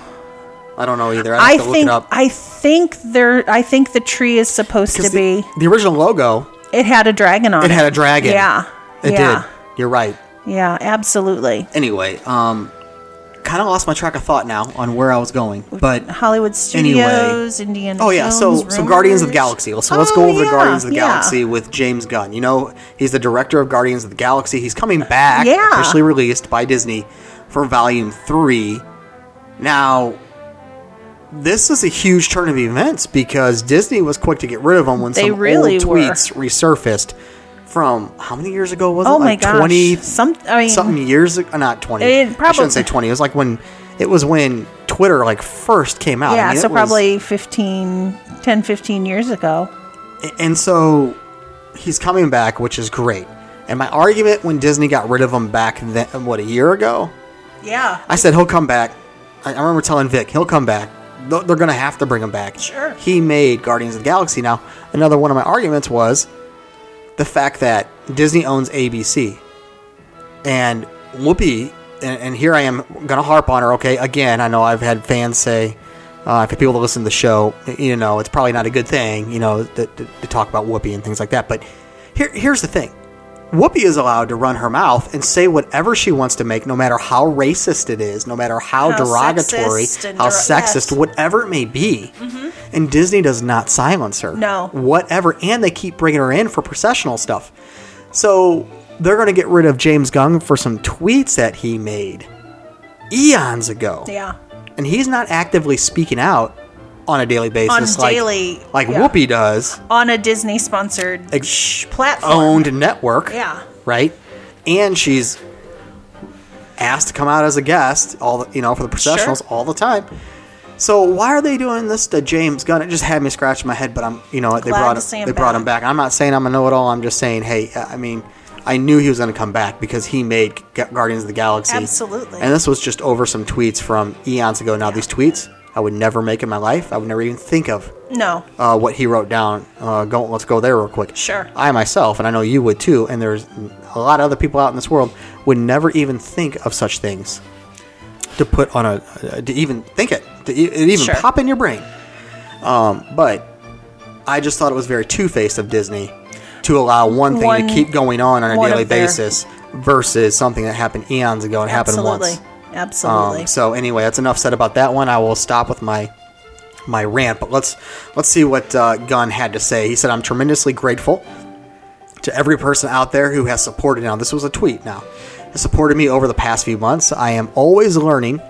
Speaker 7: I don't know either. I
Speaker 5: I
Speaker 7: have to look
Speaker 5: think
Speaker 7: it up.
Speaker 5: I think there. I think the tree is supposed to
Speaker 7: 'Cause the,
Speaker 5: be.
Speaker 7: the original logo,
Speaker 5: It had a dragon on it.
Speaker 7: it had a dragon.
Speaker 5: Yeah.
Speaker 7: it
Speaker 5: yeah.
Speaker 7: did. You're right.
Speaker 5: Yeah. Absolutely.
Speaker 7: Anyway, um, kind of lost my track of thought now on where I was going, but
Speaker 5: Hollywood
Speaker 7: Anyway.
Speaker 5: Studios, Indiana.
Speaker 7: Oh yeah, so
Speaker 5: Jones,
Speaker 7: so Guardians of the
Speaker 5: Rumors.
Speaker 7: Galaxy. So let's
Speaker 5: Oh,
Speaker 7: go over the
Speaker 5: yeah,
Speaker 7: Guardians of the
Speaker 5: yeah.
Speaker 7: Galaxy with James Gunn. You know, he's the director of Guardians of the Galaxy. He's coming back,
Speaker 5: Yeah.
Speaker 7: officially released by Disney for Volume Three. Now, this is a huge turn of events because Disney was quick to get rid of him when
Speaker 5: They
Speaker 7: some
Speaker 5: really
Speaker 7: old
Speaker 5: were.
Speaker 7: tweets resurfaced from how many years ago was it?
Speaker 5: Oh my
Speaker 7: like
Speaker 5: gosh,
Speaker 7: twenty
Speaker 5: some. I mean,
Speaker 7: something years ago, not 20.
Speaker 5: It
Speaker 7: I
Speaker 5: probably-
Speaker 7: shouldn't say 20. It was like when it was when Twitter like first came out. I
Speaker 5: yeah.
Speaker 7: mean,
Speaker 5: so
Speaker 7: it was-
Speaker 5: probably 15, 10, 15 years ago.
Speaker 7: And so he's coming back, which is great. And my argument when Disney got rid of him back then, what, a year ago?
Speaker 5: Yeah.
Speaker 7: I said, he'll come back. I, I remember telling Vic, he'll come back. Th- They're going to have to bring him back.
Speaker 5: Sure.
Speaker 7: He made Guardians of the Galaxy. Now, another one of my arguments was the fact that Disney owns ABC. And Whoopi, and, and here I am going to harp on her, okay? Again, I know I've had fans say, uh, I've had people that listen to the show, you know, it's probably not a good thing, you know, to, to, to talk about Whoopi and things like that. But here, here's the thing Whoopi is allowed to run her mouth and say whatever she wants to make, no matter how racist it is, no matter how,
Speaker 5: How
Speaker 7: derogatory,
Speaker 5: sexist and
Speaker 7: how
Speaker 5: dero-
Speaker 7: sexist,
Speaker 5: yes. Mm-hmm.
Speaker 7: whatever it may be. And Disney does not silence her.
Speaker 5: No.
Speaker 7: Whatever. And they keep bringing her in for processional stuff. So they're going to get rid of James Gunn for some tweets that he made eons ago.
Speaker 5: Yeah.
Speaker 7: And he's not actively speaking out on a daily basis,
Speaker 5: On
Speaker 7: like,
Speaker 5: daily,
Speaker 7: like
Speaker 5: yeah.
Speaker 7: Whoopi does,
Speaker 5: on a Disney sponsored
Speaker 7: Ex-
Speaker 5: platform.
Speaker 7: owned network,
Speaker 5: Yeah.
Speaker 7: right? And she's asked to come out as a guest, all the, you know, for the professionals all the time. So why are they doing this to James Gunn? It just had me scratching my head, but I'm, you know, they
Speaker 5: Glad
Speaker 7: brought
Speaker 5: to
Speaker 7: him,
Speaker 5: see him
Speaker 7: they brought
Speaker 5: back.
Speaker 7: him back. I'm not saying I'm a know-it-all. I'm just saying, hey, I mean, I knew he was going to come back because he made Gu- Guardians of the Galaxy.
Speaker 5: Absolutely.
Speaker 7: And this was just over some tweets from eons ago. Now these tweets I would never make in my life. I would never even think of
Speaker 5: No.
Speaker 7: uh, what he wrote down. Uh, go, let's go there real quick.
Speaker 5: Sure.
Speaker 7: I myself, and I know you would too, and there's a lot of other people out in this world would never even think of such things to put on a uh, to even think it to e- it even
Speaker 5: Sure.
Speaker 7: pop in your brain. Um, but I just thought it was very two faced of Disney to allow one thing
Speaker 5: One-
Speaker 7: to keep going on on a
Speaker 5: one
Speaker 7: daily
Speaker 5: of their-
Speaker 7: basis versus something that happened eons ago and happened
Speaker 5: Absolutely.
Speaker 7: once.
Speaker 5: Absolutely.
Speaker 7: Um, so anyway, that's enough said about that one. I will stop with my my rant, but let's let's see what uh, Gunn had to say. He said, "I'm tremendously grateful to every person out there who has supported. Now, this was a tweet. Now, has supported me over the past few months. I am always learning."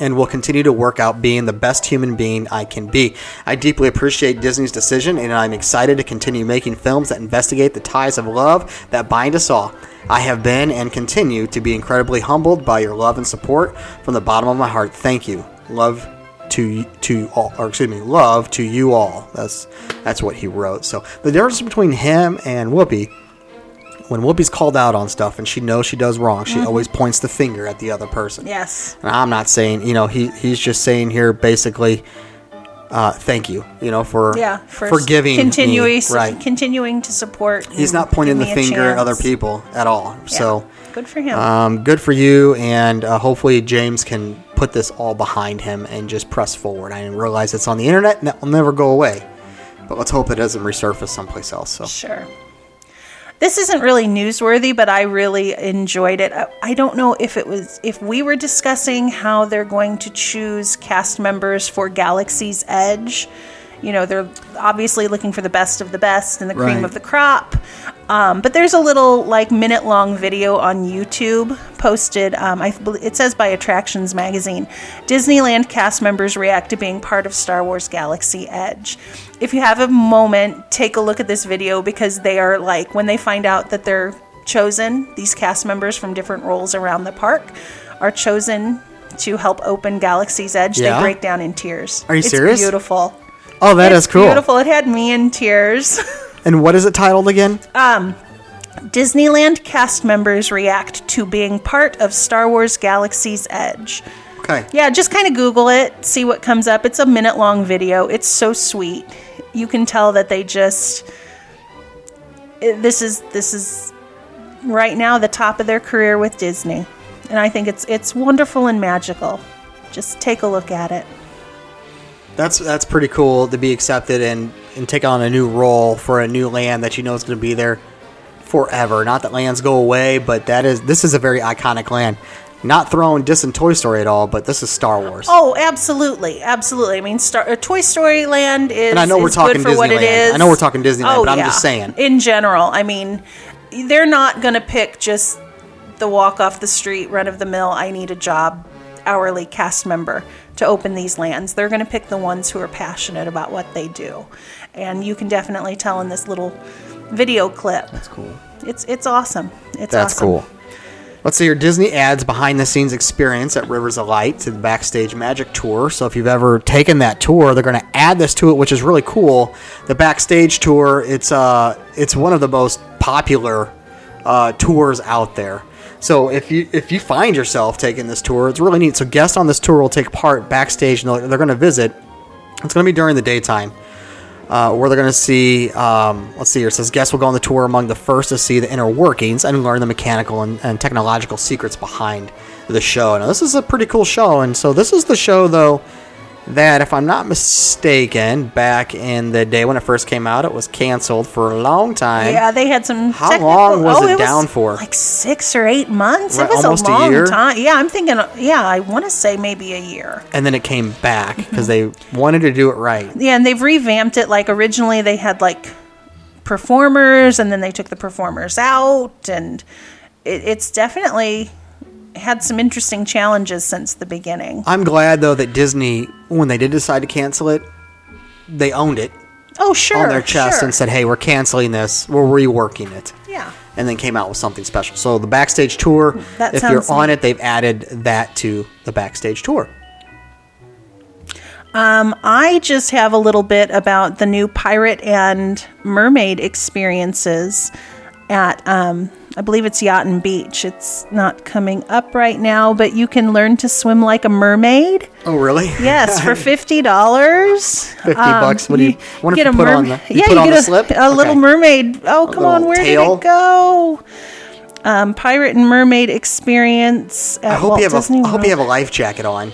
Speaker 7: And will continue to work out being the best human being I can be. I deeply appreciate Disney's decision, and I'm excited to continue making films that investigate the ties of love that bind us all. I have been and continue to be incredibly humbled by your love and support from the bottom of my heart. Thank you. Love to to all, or excuse me, love to you all. That's that's what he wrote. So the difference between him and Whoopi, when Whoopi's called out on stuff and she knows she does wrong, she always points the finger at the other person.
Speaker 5: yes.
Speaker 7: And I'm not saying, you know, he he's just saying here basically, uh, thank you, you know, for
Speaker 5: Yeah.
Speaker 7: for forgiving
Speaker 5: continuing,
Speaker 7: me. right.
Speaker 5: continuing to support.
Speaker 7: He's
Speaker 5: and
Speaker 7: not pointing the
Speaker 5: give me a
Speaker 7: finger at other
Speaker 5: chance.
Speaker 7: people at all.
Speaker 5: Yeah.
Speaker 7: So.
Speaker 5: good for him.
Speaker 7: Um, good for you, and uh, hopefully James can put this all behind him and just press forward. I realize it's on the internet and that will never go away, but let's hope it doesn't resurface someplace else. So
Speaker 5: Sure. This isn't really newsworthy, but I really enjoyed it. I, I don't know if it was if we were discussing how they're going to choose cast members for Galaxy's Edge. You know, they're obviously looking for the best of the best and the cream
Speaker 7: Right.
Speaker 5: of the crop. Um, but there's a little like minute long video on YouTube posted. Um, I bel- it says by Attractions Magazine. Disneyland cast members react to being part of Star Wars Galaxy Edge. If you have a moment, take a look at this video because they are like when they find out that they're chosen. These cast members from different roles around the park are chosen to help open Galaxy's Edge.
Speaker 7: Yeah?
Speaker 5: They break down in tears.
Speaker 7: Are you
Speaker 5: it's
Speaker 7: serious?
Speaker 5: Beautiful.
Speaker 7: oh, that is
Speaker 5: It's
Speaker 7: cool.
Speaker 5: Beautiful. It had me in tears.
Speaker 7: And what is it titled again?
Speaker 5: Uh, Disneyland cast members react to being part of Star Wars Galaxy's Edge.
Speaker 7: Okay,
Speaker 5: Yeah, just kind of Google it, see what comes up. It's a minute long video. It's so sweet. You can tell that they just it- this is this is right now the top of their career with Disney. And I think it's it's wonderful and magical. Just take a look at it.
Speaker 7: that's that's pretty cool to be accepted and and take on a new role for a new land that you know is going to be there forever. Not that lands go away, but that is this is a very iconic land. Not throwing diss in Toy Story at all, but this is Star Wars.
Speaker 5: Oh, absolutely, absolutely. I mean, Star uh, Toy Story Land is.
Speaker 7: And I know we're
Speaker 5: is
Speaker 7: talking
Speaker 5: good for what it
Speaker 7: Disneyland.
Speaker 5: is. Oh,
Speaker 7: I know we're talking Disneyland, but I'm just saying.
Speaker 5: In general, I mean, they're not going to pick just the walk off the street, run of the mill. I need a job, hourly cast member to open these lands. They're going to pick the ones who are passionate about what they do, and you can definitely tell in this little video clip.
Speaker 7: That's cool.
Speaker 5: It's it's awesome. It's
Speaker 7: That's
Speaker 5: awesome.
Speaker 7: cool. Let's see your Disney ads behind the scenes experience at Rivers of Light to the Backstage Magic Tour. So if you've ever taken that tour, they're going to add this to it, which is really cool. The Backstage Tour, it's uh, it's one of the most popular uh, tours out there. So if you if you find yourself taking this tour, it's really neat. So guests on this tour will take part backstage, and they're, they're going to visit. It's going to be during the daytime uh, where they're going to see. Um, let's see here. It says guests will go on the tour among the first to see the inner workings and learn the mechanical and, and technological secrets behind the show. Now, this is a pretty cool show, and so this is the show though that, if I'm not mistaken, back in the day when it first came out, it was canceled for a long time.
Speaker 5: Yeah, they had some.
Speaker 7: How
Speaker 5: technical-
Speaker 7: long was
Speaker 5: oh,
Speaker 7: it down for?
Speaker 5: Like six or eight months.
Speaker 7: Right,
Speaker 5: it was
Speaker 7: almost a
Speaker 5: a long
Speaker 7: year?
Speaker 5: time. Yeah, I'm thinking. Yeah, I want to say maybe a year.
Speaker 7: And then it came back because they wanted to do it right.
Speaker 5: Yeah, and they've revamped it. Like originally, they had like performers, and then they took the performers out, and it, it's definitely had some interesting challenges since the beginning.
Speaker 7: I'm glad though that Disney, when they did decide to cancel it, they owned it
Speaker 5: Oh, sure.
Speaker 7: on their chest
Speaker 5: sure.
Speaker 7: and said, "Hey, we're canceling this. We're reworking it."
Speaker 5: Yeah.
Speaker 7: And then came out with something special. So the backstage tour,
Speaker 5: That
Speaker 7: if you're
Speaker 5: sounds
Speaker 7: on
Speaker 5: neat.
Speaker 7: it, they've added that to the backstage tour.
Speaker 5: I just have a little bit about the new pirate and mermaid experiences at, um, I believe it's Yachtin Beach. It's not coming up right now, but you can learn to swim like a mermaid.
Speaker 7: Oh, really?
Speaker 5: Yes, for fifty dollars.
Speaker 7: Fifty bucks. What do you? What if
Speaker 5: get
Speaker 7: you
Speaker 5: a
Speaker 7: put on
Speaker 5: merma-
Speaker 7: the? You
Speaker 5: yeah,
Speaker 7: put
Speaker 5: you
Speaker 7: on
Speaker 5: get
Speaker 7: the
Speaker 5: a,
Speaker 7: slip.
Speaker 5: a little
Speaker 7: Okay.
Speaker 5: mermaid. Oh, come on,
Speaker 7: little
Speaker 5: where
Speaker 7: tail.
Speaker 5: did it go? Um, Pirate and Mermaid Experience. At
Speaker 7: I hope
Speaker 5: Walt
Speaker 7: you have
Speaker 5: Disney
Speaker 7: a. I hope you
Speaker 5: World.
Speaker 7: have a life jacket on.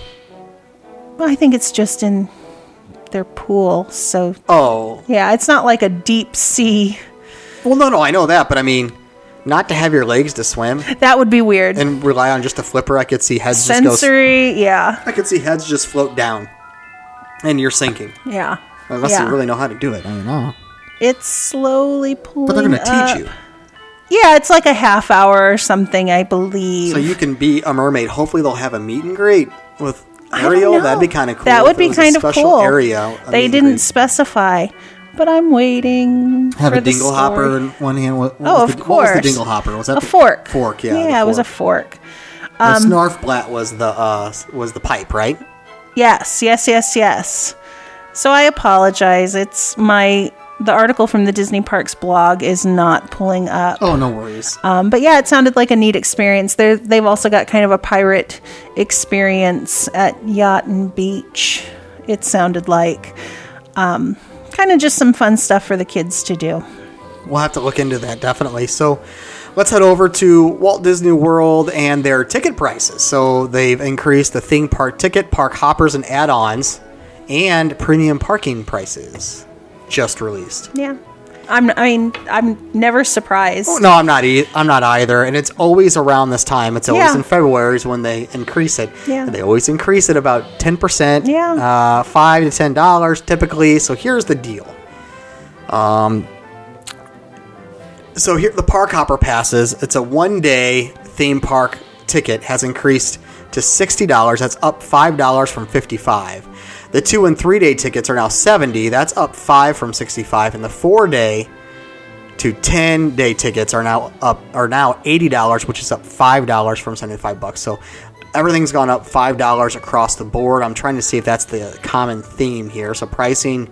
Speaker 5: Well, I think it's just in their pool. So
Speaker 7: Oh,
Speaker 5: yeah, it's not like a deep sea.
Speaker 7: well, no, no, I know that, but I mean, not to have your legs to swim
Speaker 5: That would be weird.
Speaker 7: and rely on just a flipper. I could see heads just go.
Speaker 5: Sensory. Yeah,
Speaker 7: I could see heads just float down, and you're sinking
Speaker 5: yeah.
Speaker 7: unless
Speaker 5: yeah.
Speaker 7: you really know how to do it. I don't know,
Speaker 5: It's slowly pulling.
Speaker 7: but they're going to
Speaker 5: up.
Speaker 7: teach you.
Speaker 5: Yeah, it's like a half hour or something, I believe.
Speaker 7: So you can be a mermaid. Hopefully, they'll have a meet and greet with
Speaker 5: I don't
Speaker 7: Ariel.
Speaker 5: know.
Speaker 7: That'd be kind of cool.
Speaker 5: That
Speaker 7: if
Speaker 5: would
Speaker 7: it
Speaker 5: be
Speaker 7: was a
Speaker 5: kind of
Speaker 7: special
Speaker 5: cool.
Speaker 7: Area. a meet
Speaker 5: they
Speaker 7: and
Speaker 5: didn't
Speaker 7: greet.
Speaker 5: specify, but I'm waiting.
Speaker 7: have
Speaker 5: for
Speaker 7: a
Speaker 5: the
Speaker 7: dingle
Speaker 5: story.
Speaker 7: hopper in one hand. What, what
Speaker 5: Oh,
Speaker 7: was
Speaker 5: of
Speaker 7: the,
Speaker 5: course.
Speaker 7: What was the dingle hopper? Was that
Speaker 5: a
Speaker 7: the-
Speaker 5: fork?
Speaker 7: Fork, yeah. the
Speaker 5: Yeah, it was a um,
Speaker 7: fork.
Speaker 5: fork.
Speaker 7: the snarfblat was the uh, was the pipe, right?
Speaker 5: Yes, yes, yes, yes. So I apologize. It's my the article from the Disney Parks blog is not pulling up.
Speaker 7: Oh, no worries.
Speaker 5: Um, but yeah, it sounded like a neat experience. They're, they've also got kind of a pirate experience at Yacht and Beach. It sounded like um, kind of just some fun stuff for the kids to do.
Speaker 7: We'll have to look into that definitely. So let's head over to Walt Disney World and their ticket prices. So they've increased the theme park ticket, park hoppers and add-ons, and premium parking prices. Just released.
Speaker 5: Yeah, I'm. I mean, I'm never surprised.
Speaker 7: No, I'm not. E- I'm not either. And it's always around this time. It's always
Speaker 5: Yeah.
Speaker 7: in February is when they increase it.
Speaker 5: Yeah.
Speaker 7: And they always increase it about ten percent.
Speaker 5: Yeah.
Speaker 7: Uh, five to ten dollars typically. So here's the deal. Um. So here, the park hopper passes. It's a one day theme park ticket has increased to sixty dollars. That's up five dollars from fifty five. The two and three day tickets are now seventy. That's up five from sixty five. And the four day to 10 day tickets are now up are now $80 which is up $5 from 75 bucks so everything's gone up $5 across the board i'm trying to see if that's the common theme here so pricing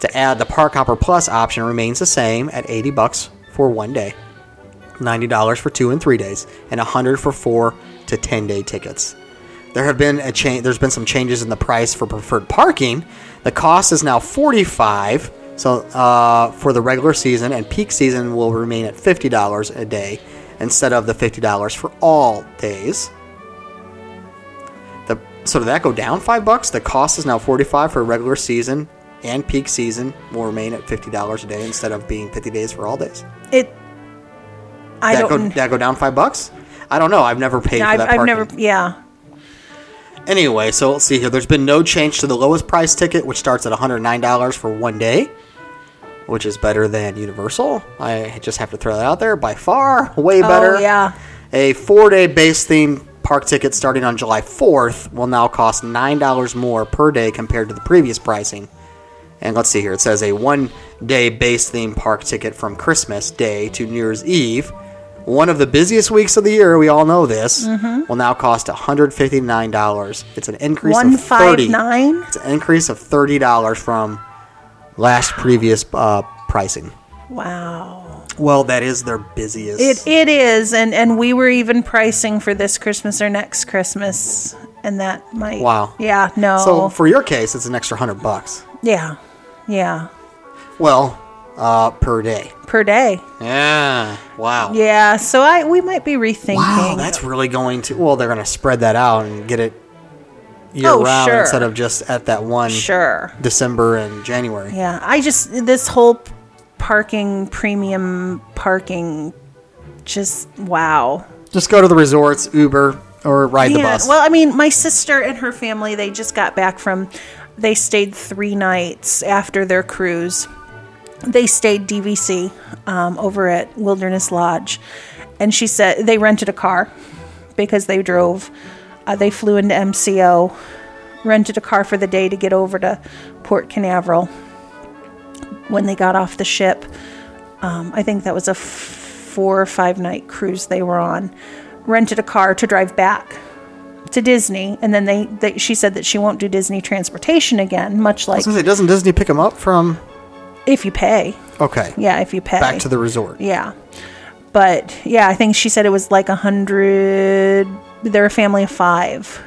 Speaker 7: to add the park hopper plus option remains the same at 80 bucks for one day $90 for two and three days and 100 for four to 10 day tickets there have been a change. There's been some changes in the price for preferred parking. The cost is now 45. So uh, for the regular season and peak season will remain at fifty dollars a day instead of the fifty dollars for all days. The, so did that go down five bucks? The cost is now 45 for regular season and peak season will remain at fifty dollars a day instead of being fifty days for all days.
Speaker 5: It. I
Speaker 7: That
Speaker 5: don't.
Speaker 7: go, did that go down five bucks? I don't know. I've never paid for
Speaker 5: I've,
Speaker 7: that
Speaker 5: I've
Speaker 7: parking.
Speaker 5: never. Yeah.
Speaker 7: Anyway, so let's see here. There's been no change to the lowest price ticket, which starts at $109 for one day, which is better than Universal. I just have to throw that out there. By far, way better.
Speaker 5: Oh yeah.
Speaker 7: A four day base theme park ticket starting on July 4th will now cost $9 more per day compared to the previous pricing. And let's see here. It says a one day base theme park ticket from Christmas Day to New Year's Eve, one of the busiest weeks of the year, we all know this,
Speaker 5: Mm-hmm.
Speaker 7: will now cost $159. It's an increase
Speaker 5: One
Speaker 7: of 30
Speaker 5: five nine.
Speaker 7: It's an increase of $30 from last previous uh, pricing.
Speaker 5: Wow.
Speaker 7: Well, that is their busiest.
Speaker 5: It it is, and and we were even pricing for this Christmas or next Christmas, and that might.
Speaker 7: Wow.
Speaker 5: Yeah. No.
Speaker 7: So for your case, it's an extra 100 bucks.
Speaker 5: yeah. Yeah.
Speaker 7: Well, uh, per day.
Speaker 5: Per day.
Speaker 7: Yeah. Wow.
Speaker 5: Yeah. So I we might be rethinking.
Speaker 7: Wow, that's really going to. Well, they're going to spread that out and get it year
Speaker 5: Oh,
Speaker 7: round
Speaker 5: sure.
Speaker 7: instead of just at that one
Speaker 5: sure.
Speaker 7: December and January.
Speaker 5: Yeah, I just this whole parking premium parking just wow.
Speaker 7: Just go to the resorts, Uber, or ride the
Speaker 5: Yeah,
Speaker 7: bus.
Speaker 5: Well, I mean, my sister and her family, they just got back from they stayed 3 nights after their cruise. They stayed DVC um, over at Wilderness Lodge and she said they rented a car because they drove uh, they flew into MCO rented a car for the day to get over to Port Canaveral when they got off the ship. Um, I think that was a f- four or five night cruise they were on. Rented a car to drive back to Disney, and then they, they she said that she won't do Disney transportation again, much like
Speaker 7: was gonna say, doesn't Disney pick them up from?
Speaker 5: if you pay.
Speaker 7: Okay.
Speaker 5: Yeah, if you pay.
Speaker 7: Back to the resort.
Speaker 5: Yeah. But yeah, I think she said it was like a hundred. They're a family of five,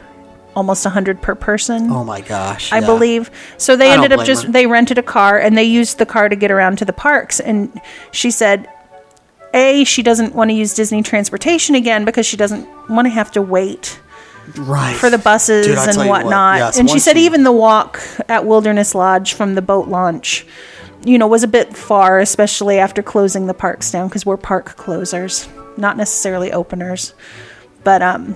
Speaker 5: almost a hundred per person.
Speaker 7: Oh my gosh.
Speaker 5: I
Speaker 7: yeah.
Speaker 5: believe. So they
Speaker 7: I don't
Speaker 5: ended up
Speaker 7: blame
Speaker 5: just
Speaker 7: her.
Speaker 5: they rented a car and they used the car to get around to the parks. And she said, a she doesn't want to use Disney transportation again because she doesn't want to have to wait
Speaker 7: right
Speaker 5: for the buses
Speaker 7: Dude, I tell
Speaker 5: and
Speaker 7: you what,
Speaker 5: whatnot.
Speaker 7: yes,
Speaker 5: and she
Speaker 7: once
Speaker 5: said
Speaker 7: you-
Speaker 5: even the walk at Wilderness Lodge from the boat launch, you know, was a bit far, especially after closing the parks down because we're park closers, not necessarily openers. But um,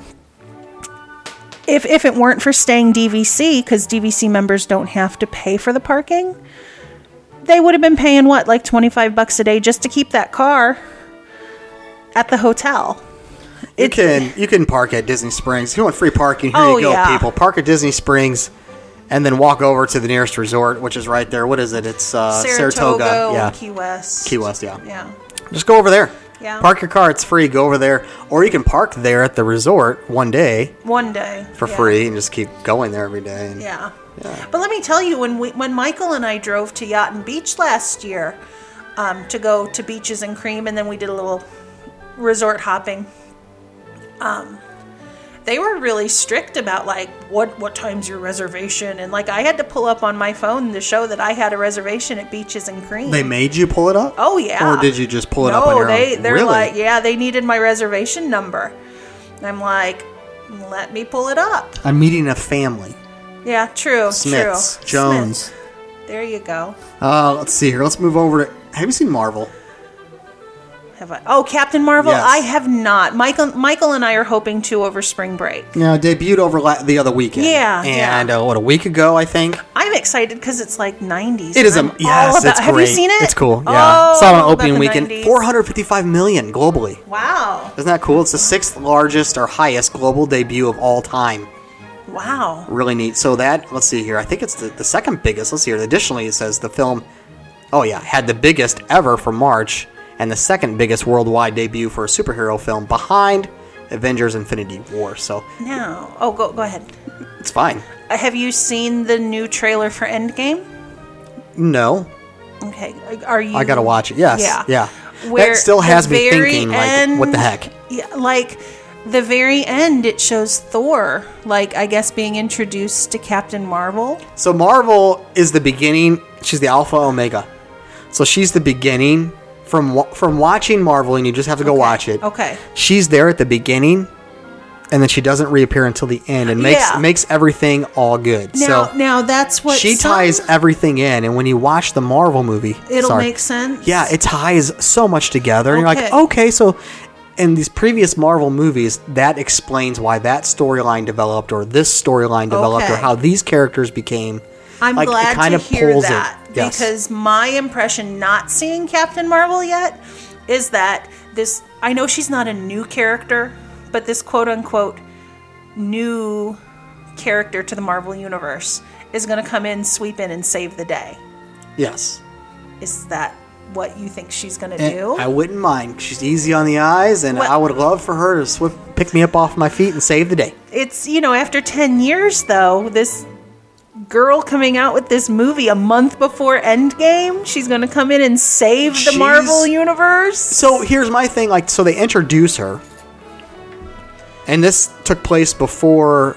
Speaker 5: if if it weren't for staying DVC, because DVC members don't have to pay for the parking, they would have been paying what like twenty five bucks a day just to keep that car at the hotel.
Speaker 7: you
Speaker 5: It-
Speaker 7: can you can park at Disney Springs. If you want free parking, here
Speaker 5: Oh,
Speaker 7: you go,
Speaker 5: yeah.
Speaker 7: people. Park at Disney Springs, and then walk over to the nearest resort, which is right there. What is it? It's uh, Saratoga.
Speaker 5: Saratoga,
Speaker 7: Yeah,
Speaker 5: Key West.
Speaker 7: Key West. Yeah.
Speaker 5: Yeah.
Speaker 7: just go over there.
Speaker 5: Yeah.
Speaker 7: Park your car. It's free. Go over there, or you can park there at the resort one day
Speaker 5: One day.
Speaker 7: for
Speaker 5: yeah.
Speaker 7: free and just keep going there every day. And
Speaker 5: Yeah. But let me tell you, when we, when Michael and I drove to Yacht and Beach last year um, to go to Beaches and Cream, and then we did a little resort hopping. Um, they were really strict about like what what time's your reservation, and like I had to pull up on my phone to show that I had a reservation at Beaches and Cream.
Speaker 7: They made you pull it up.
Speaker 5: Oh yeah.
Speaker 7: Or did you just pull it
Speaker 5: no,
Speaker 7: up on your
Speaker 5: they
Speaker 7: own?
Speaker 5: they're
Speaker 7: really?
Speaker 5: like, yeah, they needed my reservation number. And I'm like, let me pull it up.
Speaker 7: I'm meeting a family.
Speaker 5: Yeah, true,
Speaker 7: Smiths,
Speaker 5: true.
Speaker 7: Jones.
Speaker 5: Smith. There you go.
Speaker 7: Uh, let's see here. Let's move over to. Have you seen Marvel?
Speaker 5: Have I? Oh, Captain Marvel.
Speaker 7: Yes.
Speaker 5: I have not. Michael, Michael, and I are hoping to over spring break.
Speaker 7: Yeah, it uh, debuted over la- the other weekend.
Speaker 5: Yeah,
Speaker 7: and
Speaker 5: yeah.
Speaker 7: Uh, what a week ago, I think.
Speaker 5: I'm excited because it's like 90s.
Speaker 7: It is
Speaker 5: and
Speaker 7: a
Speaker 5: I'm all
Speaker 7: yes,
Speaker 5: about-
Speaker 7: it's
Speaker 5: Have
Speaker 7: great.
Speaker 5: you seen it?
Speaker 7: It's cool. Yeah,
Speaker 5: Oh,
Speaker 7: saw it
Speaker 5: I'm
Speaker 7: on opening
Speaker 5: about the
Speaker 7: weekend.
Speaker 5: 90s.
Speaker 7: 455 million globally.
Speaker 5: Wow,
Speaker 7: Isn't that cool? It's the sixth largest or highest global debut of all time.
Speaker 5: wow.
Speaker 7: Really neat. So that let's see here. I think it's the, the second biggest. Let's see here. Additionally, it says the film. Oh yeah, had the biggest ever for March and the second biggest worldwide debut for a superhero film behind Avengers: Infinity War. So
Speaker 5: Now, oh, go go ahead.
Speaker 7: it's fine.
Speaker 5: Uh, Have you seen the new trailer for Endgame?
Speaker 7: No,
Speaker 5: Okay, are you?
Speaker 7: I gotta watch it. Yes.
Speaker 5: Yeah.
Speaker 7: Yeah.
Speaker 5: Where
Speaker 7: that still
Speaker 5: the
Speaker 7: has me
Speaker 5: very
Speaker 7: thinking, like, what the
Speaker 5: end-
Speaker 7: heck?
Speaker 5: Yeah, like the very end, it shows Thor, like I guess being introduced to Captain Marvel.
Speaker 7: So Marvel is the beginning. She's the alpha omega. So she's the beginning from wa- from watching Marvel, and you just have to go watch it.
Speaker 5: Okay.
Speaker 7: She's there at the beginning, and then she doesn't reappear until the end, and makes
Speaker 5: Yeah.
Speaker 7: makes everything all good.
Speaker 5: Now,
Speaker 7: so
Speaker 5: now that's what
Speaker 7: she
Speaker 5: some-
Speaker 7: ties everything in, and when you watch the Marvel movie,
Speaker 5: It'll
Speaker 7: sorry.
Speaker 5: make sense.
Speaker 7: Yeah, it ties so much together, and you're like,
Speaker 5: Okay.
Speaker 7: okay, so in these previous Marvel movies, that explains why that storyline developed, or this storyline developed, or
Speaker 5: Okay.
Speaker 7: how these characters became.
Speaker 5: I'm
Speaker 7: like, it
Speaker 5: glad
Speaker 7: kinda
Speaker 5: to hear
Speaker 7: pulls it.
Speaker 5: that
Speaker 7: Yes.
Speaker 5: because my impression, not seeing Captain Marvel yet, is that this. I know she's not a new character, but this quote unquote new character to the Marvel universe is going to come in, sweep in, and save the day.
Speaker 7: Yes,
Speaker 5: Is that what you think she's going to
Speaker 7: And
Speaker 5: do?
Speaker 7: I wouldn't mind. She's easy on the eyes, and
Speaker 5: Well-
Speaker 7: I would love for her to swip, pick me up off my feet and save the day.
Speaker 5: it's you know after 10 years though this girl coming out with this movie a month before endgame she's going to come in and save the
Speaker 7: She's-
Speaker 5: marvel universe
Speaker 7: So here's my thing: like, so they introduce her, and this took place before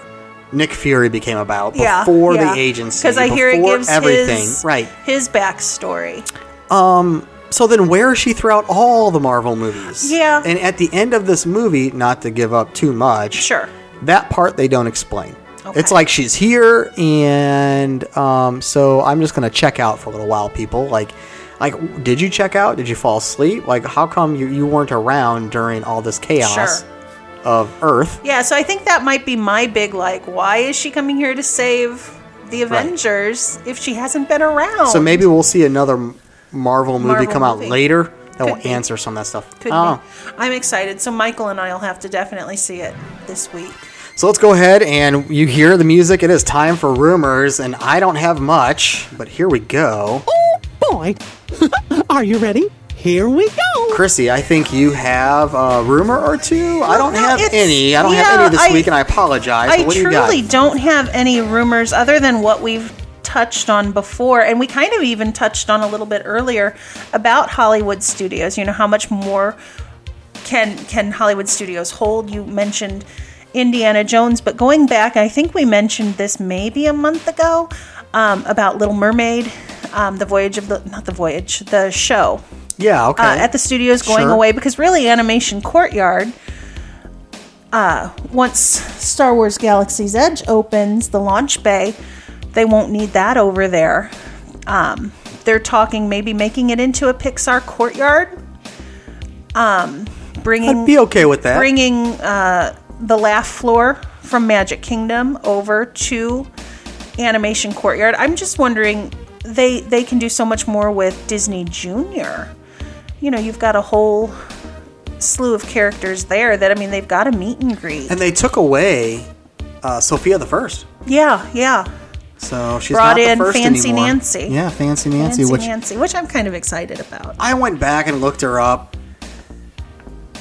Speaker 7: Nick Fury became about,
Speaker 5: yeah
Speaker 7: before the agency,
Speaker 5: because i hear it
Speaker 7: before
Speaker 5: gives
Speaker 7: everything,
Speaker 5: his,
Speaker 7: right?
Speaker 5: his backstory
Speaker 7: So then, where is she throughout all the Marvel movies?
Speaker 5: Yeah.
Speaker 7: And at the end of this movie, not to give up too much,
Speaker 5: sure
Speaker 7: that part they don't explain.
Speaker 5: Okay.
Speaker 7: It's like she's here, and um, so I'm just gonna check out for a little while, people. Like, like, did you check out? Did you fall asleep? Like, how come you, you weren't around during all this chaos
Speaker 5: Sure.
Speaker 7: of Earth?
Speaker 5: yeah so i think that might be my big like why is she coming here to save the avengers if she hasn't been around
Speaker 7: So maybe we'll see another M- Marvel movie
Speaker 5: Oh. Marvel
Speaker 7: come
Speaker 5: movie.
Speaker 7: out later that will
Speaker 5: Could be.
Speaker 7: answer some of that stuff.
Speaker 5: Could
Speaker 7: I don't know.
Speaker 5: be. i'm excited so michael and i'll have to definitely see it this week
Speaker 7: So let's go ahead and you hear the music. It is time for rumors, and I don't have much, but here we go.
Speaker 3: boy. Are you ready? Here we go.
Speaker 7: Chrissy, I think you have a rumor or two. I don't
Speaker 5: no,
Speaker 7: have
Speaker 5: it's-
Speaker 7: any. I don't have
Speaker 5: yeah,
Speaker 7: any this
Speaker 5: I-
Speaker 7: week, and I apologize.
Speaker 5: I
Speaker 7: but what do you got?
Speaker 5: truly don't have any rumors other than what we've touched on before, and we kind of even touched on a little bit earlier about Hollywood studios. You know how much more can can Hollywood studios hold? You mentioned Indiana Jones, but going back, I think we mentioned this maybe a month ago um, about Little Mermaid, um, the voyage of the not the voyage, the show
Speaker 7: Yeah, okay.
Speaker 5: uh, at the studios going
Speaker 7: Sure.
Speaker 5: away because really animation courtyard uh, once star wars galaxy's edge opens the launch bay they won't need that over there um, they're talking maybe making it into a pixar courtyard um, bringing
Speaker 7: I'd be okay with that.
Speaker 5: bringing uh, the laugh floor from Magic Kingdom over to Animation Courtyard. I'm just wondering they they can do so much more with Disney Junior. You know, you've got a whole slew of characters there that I mean they've got a meet and greet.
Speaker 7: and they took away uh, Sophia the First,
Speaker 5: yeah, yeah.
Speaker 7: so she's not
Speaker 5: Brought
Speaker 7: the
Speaker 5: in
Speaker 7: first
Speaker 5: Fancy
Speaker 7: anymore.
Speaker 5: Nancy.
Speaker 7: Yeah, Fancy Nancy,
Speaker 5: Nancy
Speaker 7: which
Speaker 5: Nancy, which I'm kind of excited about.
Speaker 7: I went back and looked her up.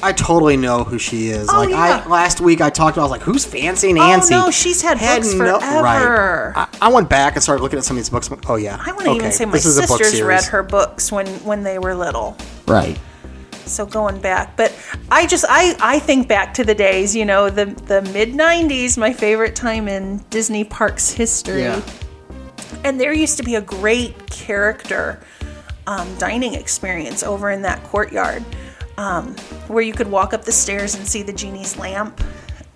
Speaker 7: I totally know who she is. like
Speaker 5: Oh, yeah. Oh,
Speaker 7: I last week, I talked. about I was like, "Who's Fancy Nancy?"
Speaker 5: no, she's had books forever.
Speaker 7: Right. I, I went back and started looking at some of these books. Oh yeah,
Speaker 5: I wouldn't even
Speaker 7: Okay,
Speaker 5: say my
Speaker 7: this is a book
Speaker 5: sisters read
Speaker 7: series.
Speaker 5: her books when when they were little.
Speaker 7: Right.
Speaker 5: so going back but i just i i think back to the days you know the the mid 90s my favorite time in disney parks history
Speaker 7: Yeah.
Speaker 5: and there used to be a great character um, dining experience over in that courtyard um, where you could walk up the stairs and see the genie's lamp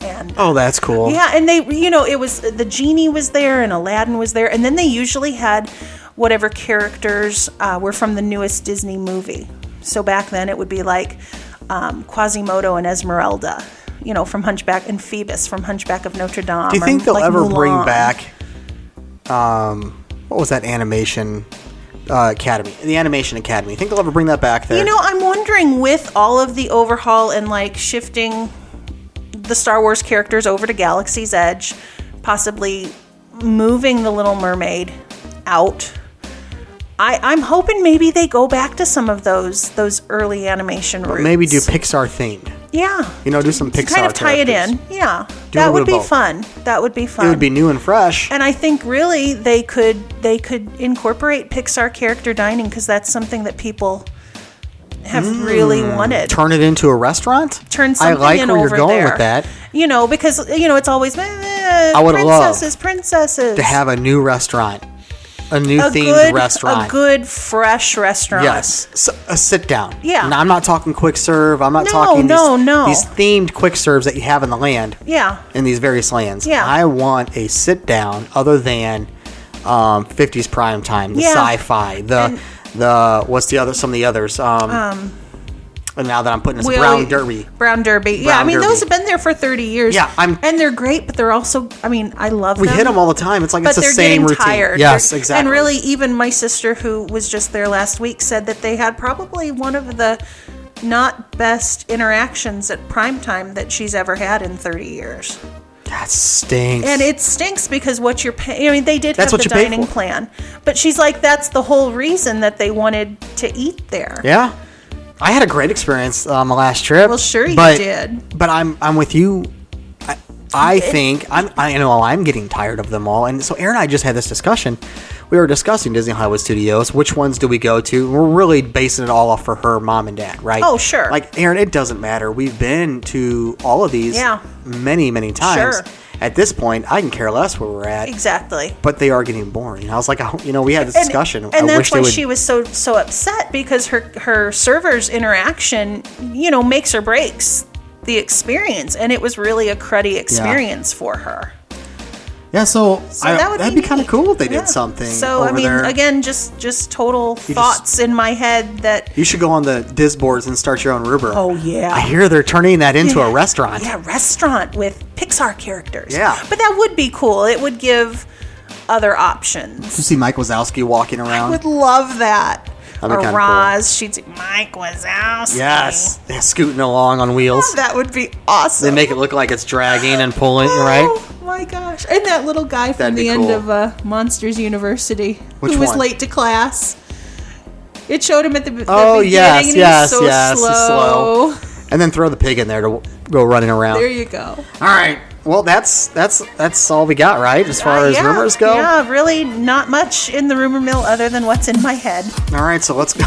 Speaker 5: and
Speaker 7: Oh, that's cool.
Speaker 5: yeah, and they, you know, it was the genie was there and Aladdin was there, and then they usually had whatever characters uh, were from the newest Disney movie. So back then it would be like um, Quasimodo and Esmeralda, you know, from Hunchback and Phoebus from Hunchback of Notre Dame.
Speaker 7: Do you think they'll ever bring
Speaker 5: back?
Speaker 7: back? Um, what was that animation uh, academy? The animation academy. You think they'll ever bring that back there?
Speaker 5: You know, I'm wondering with all of the overhaul and like shifting the Star Wars characters over to Galaxy's Edge, possibly moving the Little Mermaid out. I, I'm hoping maybe they go back to some of those those early animation roots.
Speaker 7: maybe do Pixar themed.
Speaker 5: yeah,
Speaker 7: You know, do some Pixar.
Speaker 5: kind of tie it in.
Speaker 7: characters.
Speaker 5: Yeah,
Speaker 7: a
Speaker 5: that
Speaker 7: little
Speaker 5: would be
Speaker 7: bit of both.
Speaker 5: fun. That would be fun.
Speaker 7: It would be new and fresh.
Speaker 5: And I think really they could they could incorporate Pixar character dining because that's something that people have really wanted.
Speaker 7: Mm. turn it into a restaurant.
Speaker 5: Turn something
Speaker 7: I like
Speaker 5: in
Speaker 7: where
Speaker 5: over
Speaker 7: you're going
Speaker 5: there.
Speaker 7: with that.
Speaker 5: You know, because you know it's always eh,
Speaker 7: I would love
Speaker 5: princesses, princesses.
Speaker 7: To have a new restaurant, a new
Speaker 5: a
Speaker 7: themed
Speaker 5: good
Speaker 7: restaurant.
Speaker 5: a good fresh restaurant.
Speaker 7: Yes, so, a sit down.
Speaker 5: Yeah.
Speaker 7: And I'm not talking quick serve. I'm not
Speaker 5: No,
Speaker 7: talking these,
Speaker 5: no, no.
Speaker 7: these themed quick serves that you have in the land.
Speaker 5: Yeah.
Speaker 7: in these various lands.
Speaker 5: Yeah.
Speaker 7: I want a sit down other than um, 50s prime time, the
Speaker 5: Yeah.
Speaker 7: sci-fi, the the what's the other some of the others um, and now that I'm putting this
Speaker 5: Wheel-
Speaker 7: brown derby.
Speaker 5: Brown Derby. yeah, I
Speaker 7: Brown
Speaker 5: mean
Speaker 7: Derby.
Speaker 5: those have been there for thirty years.
Speaker 7: Yeah, I'm-
Speaker 5: and they're great, but they're also. I mean, I love.
Speaker 7: We
Speaker 5: them.
Speaker 7: hit them all the time. It's like
Speaker 5: but
Speaker 7: it's the
Speaker 5: they're
Speaker 7: same
Speaker 5: getting
Speaker 7: routine.
Speaker 5: tired.
Speaker 7: Yes,
Speaker 5: They're-
Speaker 7: exactly.
Speaker 5: And really, even my sister, who was just there last week, said that they had probably one of the not best interactions at primetime that she's ever had in 30 years.
Speaker 7: that stinks.
Speaker 5: And it stinks because what you're paying, I mean, they did
Speaker 7: That's
Speaker 5: have
Speaker 7: what
Speaker 5: the
Speaker 7: you pay
Speaker 5: dining
Speaker 7: for.
Speaker 5: plan. But she's like, that's the whole reason that they wanted to eat there.
Speaker 7: yeah. I had a great experience on my last trip.
Speaker 5: Well, sure you
Speaker 7: but-
Speaker 5: did.
Speaker 7: But I'm I'm with you. I, I think I'm I know I'm getting tired of them all. And so Aaron and I just had this discussion. We were discussing Disney Hollywood Studios. Which ones do we go to? We're really basing it all off for her mom and dad, right?
Speaker 5: Oh, sure.
Speaker 7: Like Aaron, it doesn't matter. We've been to all of these
Speaker 5: Yeah.
Speaker 7: many many times.
Speaker 5: Sure.
Speaker 7: At this point, I can care less where we're at.
Speaker 5: Exactly.
Speaker 7: But they are getting boring. I was like, I, hope- you know, we had this
Speaker 5: And-
Speaker 7: discussion.
Speaker 5: And,
Speaker 7: I
Speaker 5: that's
Speaker 7: wish they
Speaker 5: why
Speaker 7: would-
Speaker 5: she was so so upset because her her server's interaction, you know, makes or breaks the experience, and it was really a cruddy experience for her.
Speaker 7: Yeah, so,
Speaker 5: So
Speaker 7: I,
Speaker 5: that would
Speaker 7: that'd
Speaker 5: be,
Speaker 7: be, kind of
Speaker 5: neat.
Speaker 7: cool if they
Speaker 5: Yeah.
Speaker 7: did something.
Speaker 5: So I
Speaker 7: over
Speaker 5: mean,
Speaker 7: there.
Speaker 5: again, just just total
Speaker 7: You just-
Speaker 5: thoughts in my head that
Speaker 7: You should go on the Diz boards and start your own rubric.
Speaker 5: Oh, yeah.
Speaker 7: I hear they're turning that into a restaurant.
Speaker 5: yeah, restaurant with Pixar characters.
Speaker 7: Yeah.
Speaker 5: but that would be cool. It would give other options.
Speaker 7: You see Mike Wazowski walking
Speaker 5: I
Speaker 7: around.
Speaker 5: would love that.
Speaker 7: That'd be
Speaker 5: or
Speaker 7: kinda
Speaker 5: Roz, she'd Mike Wazowski.
Speaker 7: yes, they're scooting along on wheels.
Speaker 5: That would be awesome.
Speaker 7: They make it look like it's dragging and pulling, right?
Speaker 5: Oh my gosh. And that little guy from
Speaker 7: That'd be
Speaker 5: the end
Speaker 7: cool.
Speaker 5: of uh, Monsters University
Speaker 7: Which
Speaker 5: who was
Speaker 7: one?
Speaker 5: late to class. It showed him at the, the
Speaker 7: Oh,
Speaker 5: beginning,
Speaker 7: yes,
Speaker 5: and
Speaker 7: yes,
Speaker 5: he was so
Speaker 7: yes, he's slow.
Speaker 5: slow.
Speaker 7: and then throw the pig in there to w- go running around.
Speaker 5: There you go.
Speaker 7: all right. Well, that's that's that's all we got, right? As far as
Speaker 5: Uh, Yeah,
Speaker 7: rumors go.
Speaker 5: Yeah, really not much in the rumor mill other than what's in my head.
Speaker 7: All right, so let's go.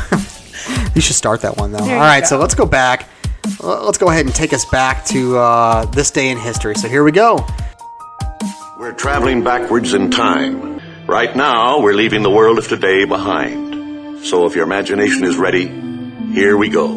Speaker 7: you should start that one though. All
Speaker 5: you
Speaker 7: right,
Speaker 5: go.
Speaker 7: so let's go back. L- Let's go ahead and take us back to uh, this day in history. So here we go.
Speaker 8: We're traveling backwards in time. Right now, we're leaving the world of today behind. So if your imagination is ready, here we go.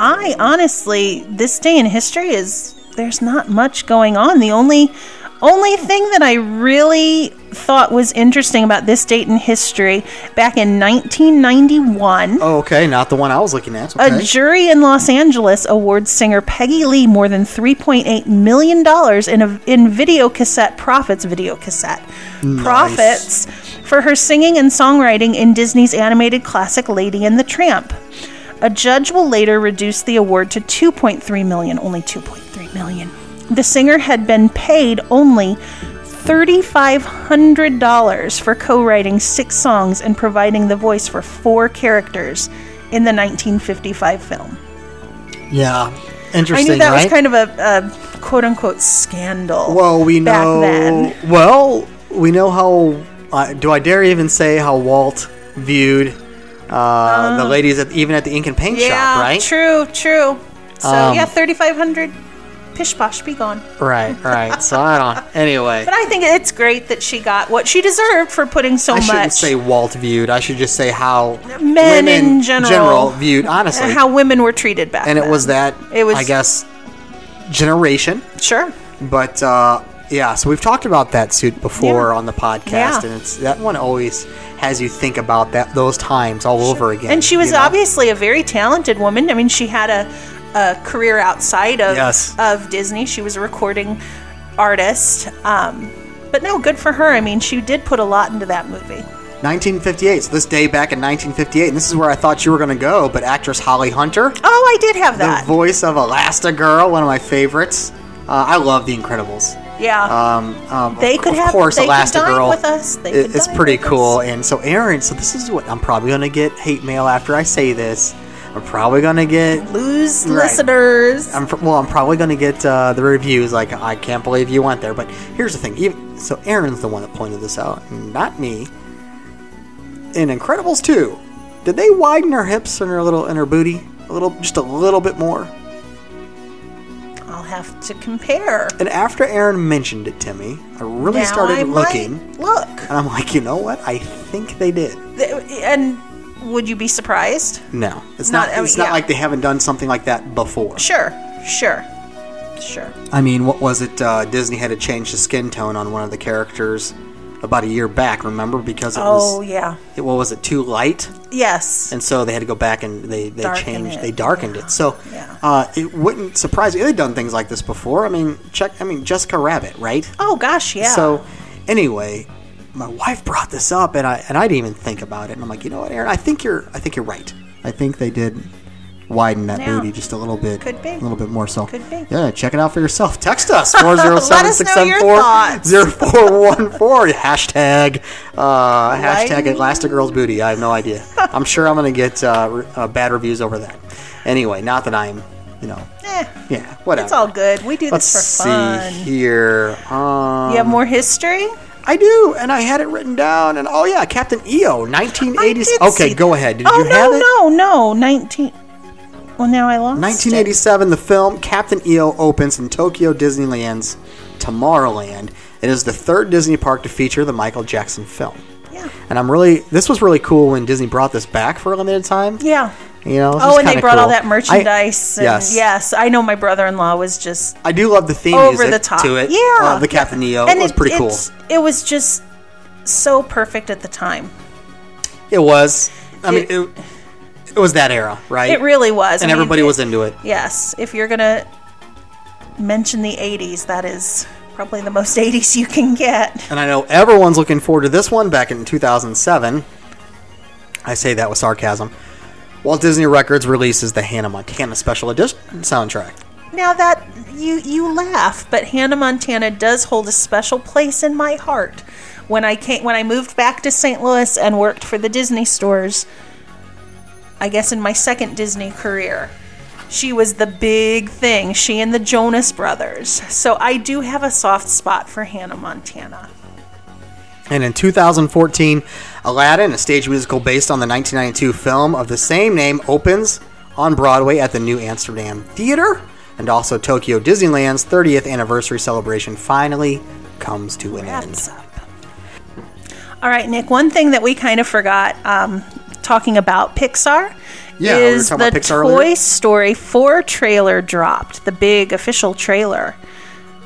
Speaker 5: I honestly, this day in history is there's not much going on. The only only thing that I really thought was interesting about this date in history back in 1991,
Speaker 7: Oh, okay, not the one I was looking at.
Speaker 5: a
Speaker 7: Okay.
Speaker 5: jury in Los Angeles awards singer Peggy Lee more than 3.8 million dollars in a, in video cassette profits video cassette profits for her singing and songwriting in Disney's animated classic Lady and the Tramp. A judge will later reduce the award to 2.3 million, only 2.3 million. The singer had been paid only $3,500 for co writing six songs and providing the voice for four characters in the 1955 film.
Speaker 7: yeah,
Speaker 5: I
Speaker 7: interesting.
Speaker 5: knew that
Speaker 7: right?
Speaker 5: was kind of a, a quote unquote scandal.
Speaker 7: Well, we
Speaker 5: back
Speaker 7: know.
Speaker 5: then.
Speaker 7: Well, we know how. Uh, do I dare even say how Walt viewed uh, the ladies at even at the ink and paint
Speaker 5: Yeah,
Speaker 7: shop? Right. Um,
Speaker 5: true, true. So, yeah, 3,500 pish posh be gone.
Speaker 7: Right. Right. So I don't. Anyway,
Speaker 5: But I think it's great that she got what she deserved for putting so
Speaker 7: I shouldn't
Speaker 5: much.
Speaker 7: say Walt viewed. I should just say how
Speaker 5: Men
Speaker 7: women
Speaker 5: in general.
Speaker 7: viewed honestly.
Speaker 5: how women were treated back
Speaker 7: and it
Speaker 5: then.
Speaker 7: was that.
Speaker 5: It was-
Speaker 7: I guess generation.
Speaker 5: sure.
Speaker 7: But uh, yeah, so we've talked about that suit before
Speaker 5: Yeah.
Speaker 7: on the podcast,
Speaker 5: Yeah.
Speaker 7: and it's that one always has you think about that those times all over again.
Speaker 5: And she was
Speaker 7: you know?
Speaker 5: obviously a very talented woman. I mean, she had a, a career outside of
Speaker 7: Yes.
Speaker 5: of Disney. She was a recording artist. Um, but no, good for her. I mean, she did put a lot into that movie.
Speaker 7: 1958. So this day back in 1958, and this is where I thought you were going to go, but actress Holly Hunter,
Speaker 5: Oh, I did have
Speaker 7: the
Speaker 5: that.
Speaker 7: voice of Elastigirl, one of my favorites. Uh, I love The Incredibles.
Speaker 5: yeah.
Speaker 7: Um, um,
Speaker 5: They
Speaker 7: of,
Speaker 5: could
Speaker 7: of
Speaker 5: have-
Speaker 7: course,
Speaker 5: they could dine
Speaker 7: Elastigirl.
Speaker 5: with us. They
Speaker 7: i-
Speaker 5: could
Speaker 7: it's
Speaker 5: dine
Speaker 7: pretty
Speaker 5: with us.
Speaker 7: cool. And so, Aaron. So this is what I'm probably going to get hate mail after I say this. I'm probably going to get
Speaker 5: Lose
Speaker 7: right.
Speaker 5: listeners.
Speaker 7: I'm fr- well. I'm probably going to get uh, the reviews. Like, I can't believe you went there. But here's the thing. Even, so, Aaron's the one that pointed this out, not me. In Incredibles two, did they widen her hips and her little and her booty a little, just a little bit more?
Speaker 5: I'll have to compare.
Speaker 7: And after Aaron mentioned it to me, I really
Speaker 5: Now
Speaker 7: started
Speaker 5: I might
Speaker 7: looking,
Speaker 5: Look.
Speaker 7: and I'm like, you know what? I think they did.
Speaker 5: Th- And would you be surprised?
Speaker 7: No, it's
Speaker 5: Not-
Speaker 7: not.
Speaker 5: I mean,
Speaker 7: it's not
Speaker 5: yeah.
Speaker 7: like they haven't done something like that before.
Speaker 5: Sure. Sure. Sure.
Speaker 7: I mean, what was it? Uh, Disney had to change the skin tone on one of the characters about a year back. Remember because it
Speaker 5: Oh,
Speaker 7: was
Speaker 5: yeah.
Speaker 7: it, what was it too light,
Speaker 5: Yes.
Speaker 7: and so they had to go back and they they
Speaker 5: Darken
Speaker 7: changed
Speaker 5: it,
Speaker 7: they darkened it. So
Speaker 5: yeah.
Speaker 7: uh, it wouldn't surprise me. They've done things like this before. I mean, check. I mean, Jessica Rabbit, right?
Speaker 5: Oh, gosh, yeah.
Speaker 7: So anyway, my wife brought this up, and I and I didn't even think about it. And I'm like, you know what, Aaron? I think you're I think you're right. I think they did widen that
Speaker 5: Yeah.
Speaker 7: booty just a little bit,
Speaker 5: Could be.
Speaker 7: a little bit more. So
Speaker 5: Could be.
Speaker 7: Yeah, check it out for yourself. Text us 407-674-0414.
Speaker 5: Let us know
Speaker 7: hashtag uh, hashtag Elastigirl's booty. I have no idea. I'm sure I'm gonna get uh, re- uh, bad reviews over that. Anyway, not that I'm you know
Speaker 5: Eh,
Speaker 7: yeah whatever.
Speaker 5: it's all good. We do
Speaker 7: Let's
Speaker 5: this for
Speaker 7: see
Speaker 5: fun.
Speaker 7: here. Um,
Speaker 5: You have more history?
Speaker 7: I do, and I had it written down. And oh yeah, Captain EO, 1980s.
Speaker 5: I did
Speaker 7: Okay,
Speaker 5: see-
Speaker 7: go ahead. Did
Speaker 5: oh,
Speaker 7: you
Speaker 5: no,
Speaker 7: have it?
Speaker 5: no, no. 19. Well, now I lost.
Speaker 7: 1987, the film Captain EO opens in Tokyo Disneyland's Tomorrowland. It is the third Disney park to feature the Michael Jackson film.
Speaker 5: It. Yeah.
Speaker 7: And I'm really, this was really cool when Disney brought this back for a limited time.
Speaker 5: Yeah.
Speaker 7: You know, it was
Speaker 5: Oh,
Speaker 7: just
Speaker 5: and they
Speaker 7: kinda
Speaker 5: brought all
Speaker 7: cool.
Speaker 5: that
Speaker 7: I-
Speaker 5: merchandise. and
Speaker 7: yes.
Speaker 5: Yes. I know my brother in law was just
Speaker 7: I do love the theme
Speaker 5: over
Speaker 7: music
Speaker 5: the top.
Speaker 7: to it.
Speaker 5: Yeah.
Speaker 7: Uh, the Captain EO.
Speaker 5: and
Speaker 7: it was pretty cool.
Speaker 5: it's- It was just so perfect at the time.
Speaker 7: It was. I mean,
Speaker 5: It-
Speaker 7: it, it was that era, right?
Speaker 5: It really was.
Speaker 7: And
Speaker 5: I mean,
Speaker 7: everybody was into it.
Speaker 5: Yes. If you're going to mention the 80s, that is probably the most 80s you can get.
Speaker 7: And I know everyone's looking forward to this one back in 2007. I say that with sarcasm. Walt Disney Records releases the Hannah Montana Special Edition soundtrack.
Speaker 5: Now that, you you laugh, but Hannah Montana does hold a special place in my heart. When I came, when I moved back to St. Louis and worked for the Disney stores, I guess in my second Disney career, she was the big thing. She and the Jonas Brothers. So I do have a soft spot for Hannah Montana.
Speaker 7: And in 2014, Aladdin, a stage musical based on the 1992 film of the same name, opens on Broadway at the New Amsterdam Theater. And also, Tokyo Disneyland's 30th anniversary celebration finally comes to an
Speaker 5: Wraps
Speaker 7: end.
Speaker 5: up. All right, Nick. One thing that we kind of forgot um, talking about Pixar
Speaker 7: Yeah, we were
Speaker 5: is
Speaker 7: talking about
Speaker 5: the
Speaker 7: Pixar
Speaker 5: Toy
Speaker 7: earlier.
Speaker 5: Story 4 trailer dropped, the big official trailer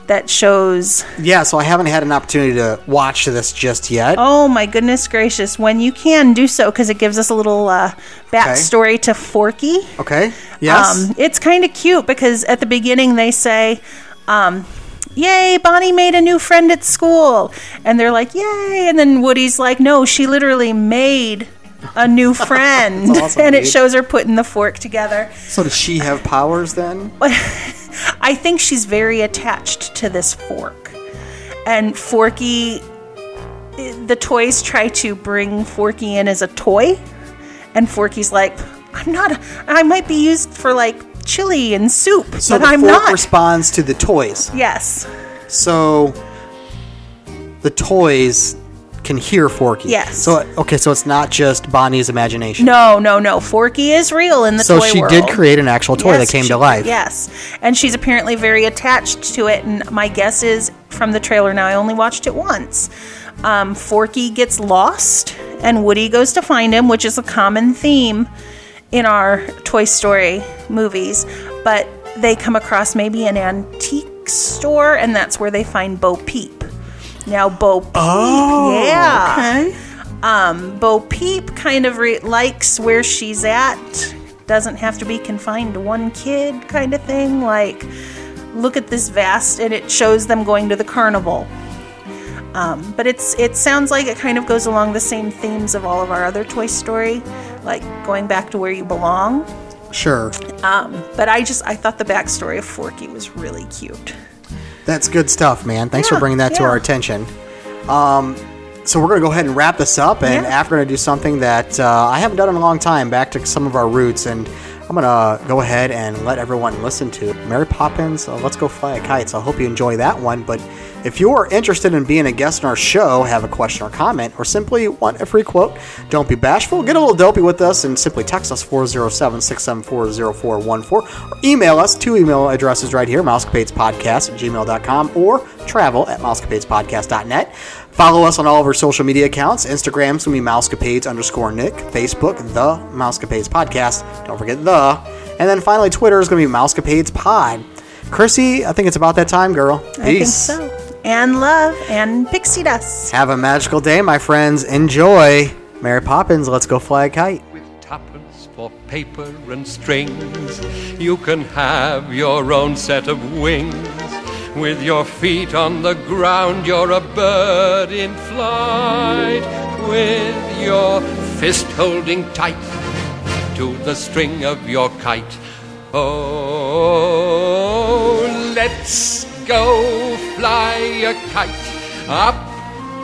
Speaker 5: that shows.
Speaker 7: Yeah, so I haven't had an opportunity to watch this just yet.
Speaker 5: Oh my goodness gracious! When you can do so, because it gives us a little uh, backstory to Forky.
Speaker 7: Okay. Yes.
Speaker 5: Um, it's kind of cute because at the beginning they say, um, Yay, Bonnie made a new friend at school. And they're like, Yay. And then Woody's like, No, she literally made a new friend.
Speaker 7: awesome,
Speaker 5: and it
Speaker 7: dude.
Speaker 5: shows her putting the fork together.
Speaker 7: so does she have powers then?
Speaker 5: I think she's very attached to this fork. And Forky, the toys try to bring Forky in as a toy. And Forky's like, I'm not, I might be used for like chili and soup,
Speaker 7: So
Speaker 5: but
Speaker 7: the
Speaker 5: I'm
Speaker 7: fork
Speaker 5: not.
Speaker 7: responds to the toys.
Speaker 5: yes.
Speaker 7: So the toys can hear Forky.
Speaker 5: Yes.
Speaker 7: So okay, so it's not just Bonnie's imagination.
Speaker 5: No, no, no. Forky is real in the
Speaker 7: So
Speaker 5: toy
Speaker 7: she
Speaker 5: world.
Speaker 7: did create an actual toy that
Speaker 5: Yes,
Speaker 7: came
Speaker 5: she-
Speaker 7: to life.
Speaker 5: Yes. And she's apparently very attached to it. And my guess is from the trailer, now I only watched it once. Um, Forky gets lost, and Woody goes to find him, which is a common theme in our Toy Story movies. But they come across maybe an antique store, and that's where they find Bo Peep. Now, Bo Peep. Oh, yeah.
Speaker 7: Okay.
Speaker 5: Bo Peep kind of re- likes where she's at, doesn't have to be confined to one kid, kind of thing. Like, look at this vast, and it shows them going to the carnival. Um, but it's it sounds like it kind of goes along the same themes of all of our other Toy Story, like going back to where you belong.
Speaker 7: Sure.
Speaker 5: But I just I thought the backstory of Forky was really cute.
Speaker 7: That's good stuff, man. Thanks
Speaker 5: Yeah,
Speaker 7: for bringing that to
Speaker 5: yeah.
Speaker 7: our attention. Um, so we're gonna go ahead and wrap this up, and
Speaker 5: Yeah.
Speaker 7: after gonna do something that uh, I haven't done in a long time. Back to some of our roots, and I'm gonna go ahead and let everyone listen to Mary Poppins. Uh, Let's go fly a kite. So I hope you enjoy that one. But if you are interested in being a guest on our show, have a question or comment, or simply want a free quote, don't be bashful. Get a little dopey with us, and simply text us 407-674-0414 or email us. Two email addresses right here: mousecapadespodcast at gmail.com or travel at mousecapadespodcast.net. Follow us on all of our social media accounts. Instagram's gonna be mousecapades underscore Nick. Facebook, the Mousecapades Podcast. Don't forget the. And then finally, Twitter is gonna be Mousecapades Pod. Chrissy, I think it's about that time, girl. Peace.
Speaker 5: I think so. And love and pixie dust.
Speaker 7: Have a magical day, my friends. Enjoy. Mary Poppins, let's go fly a kite.
Speaker 4: with tuppence for paper and strings. You can have your own set of wings. With your feet on the ground, you're a bird in flight. With your fist holding tight to the string of your kite. Oh, let's go fly a kite up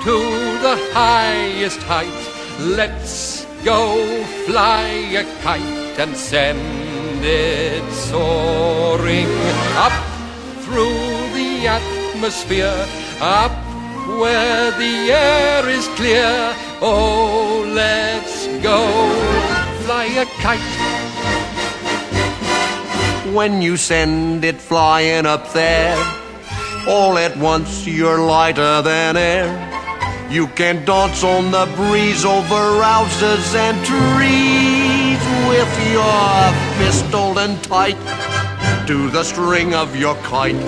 Speaker 4: to the highest height. Let's go fly a kite and send it soaring up through the atmosphere, up where the air is clear. Oh, let's go fly a kite.
Speaker 9: when you send it flying up there. All at once you're lighter than air. You can dance on the breeze over houses and trees with your fist holding tight to the string of your kite.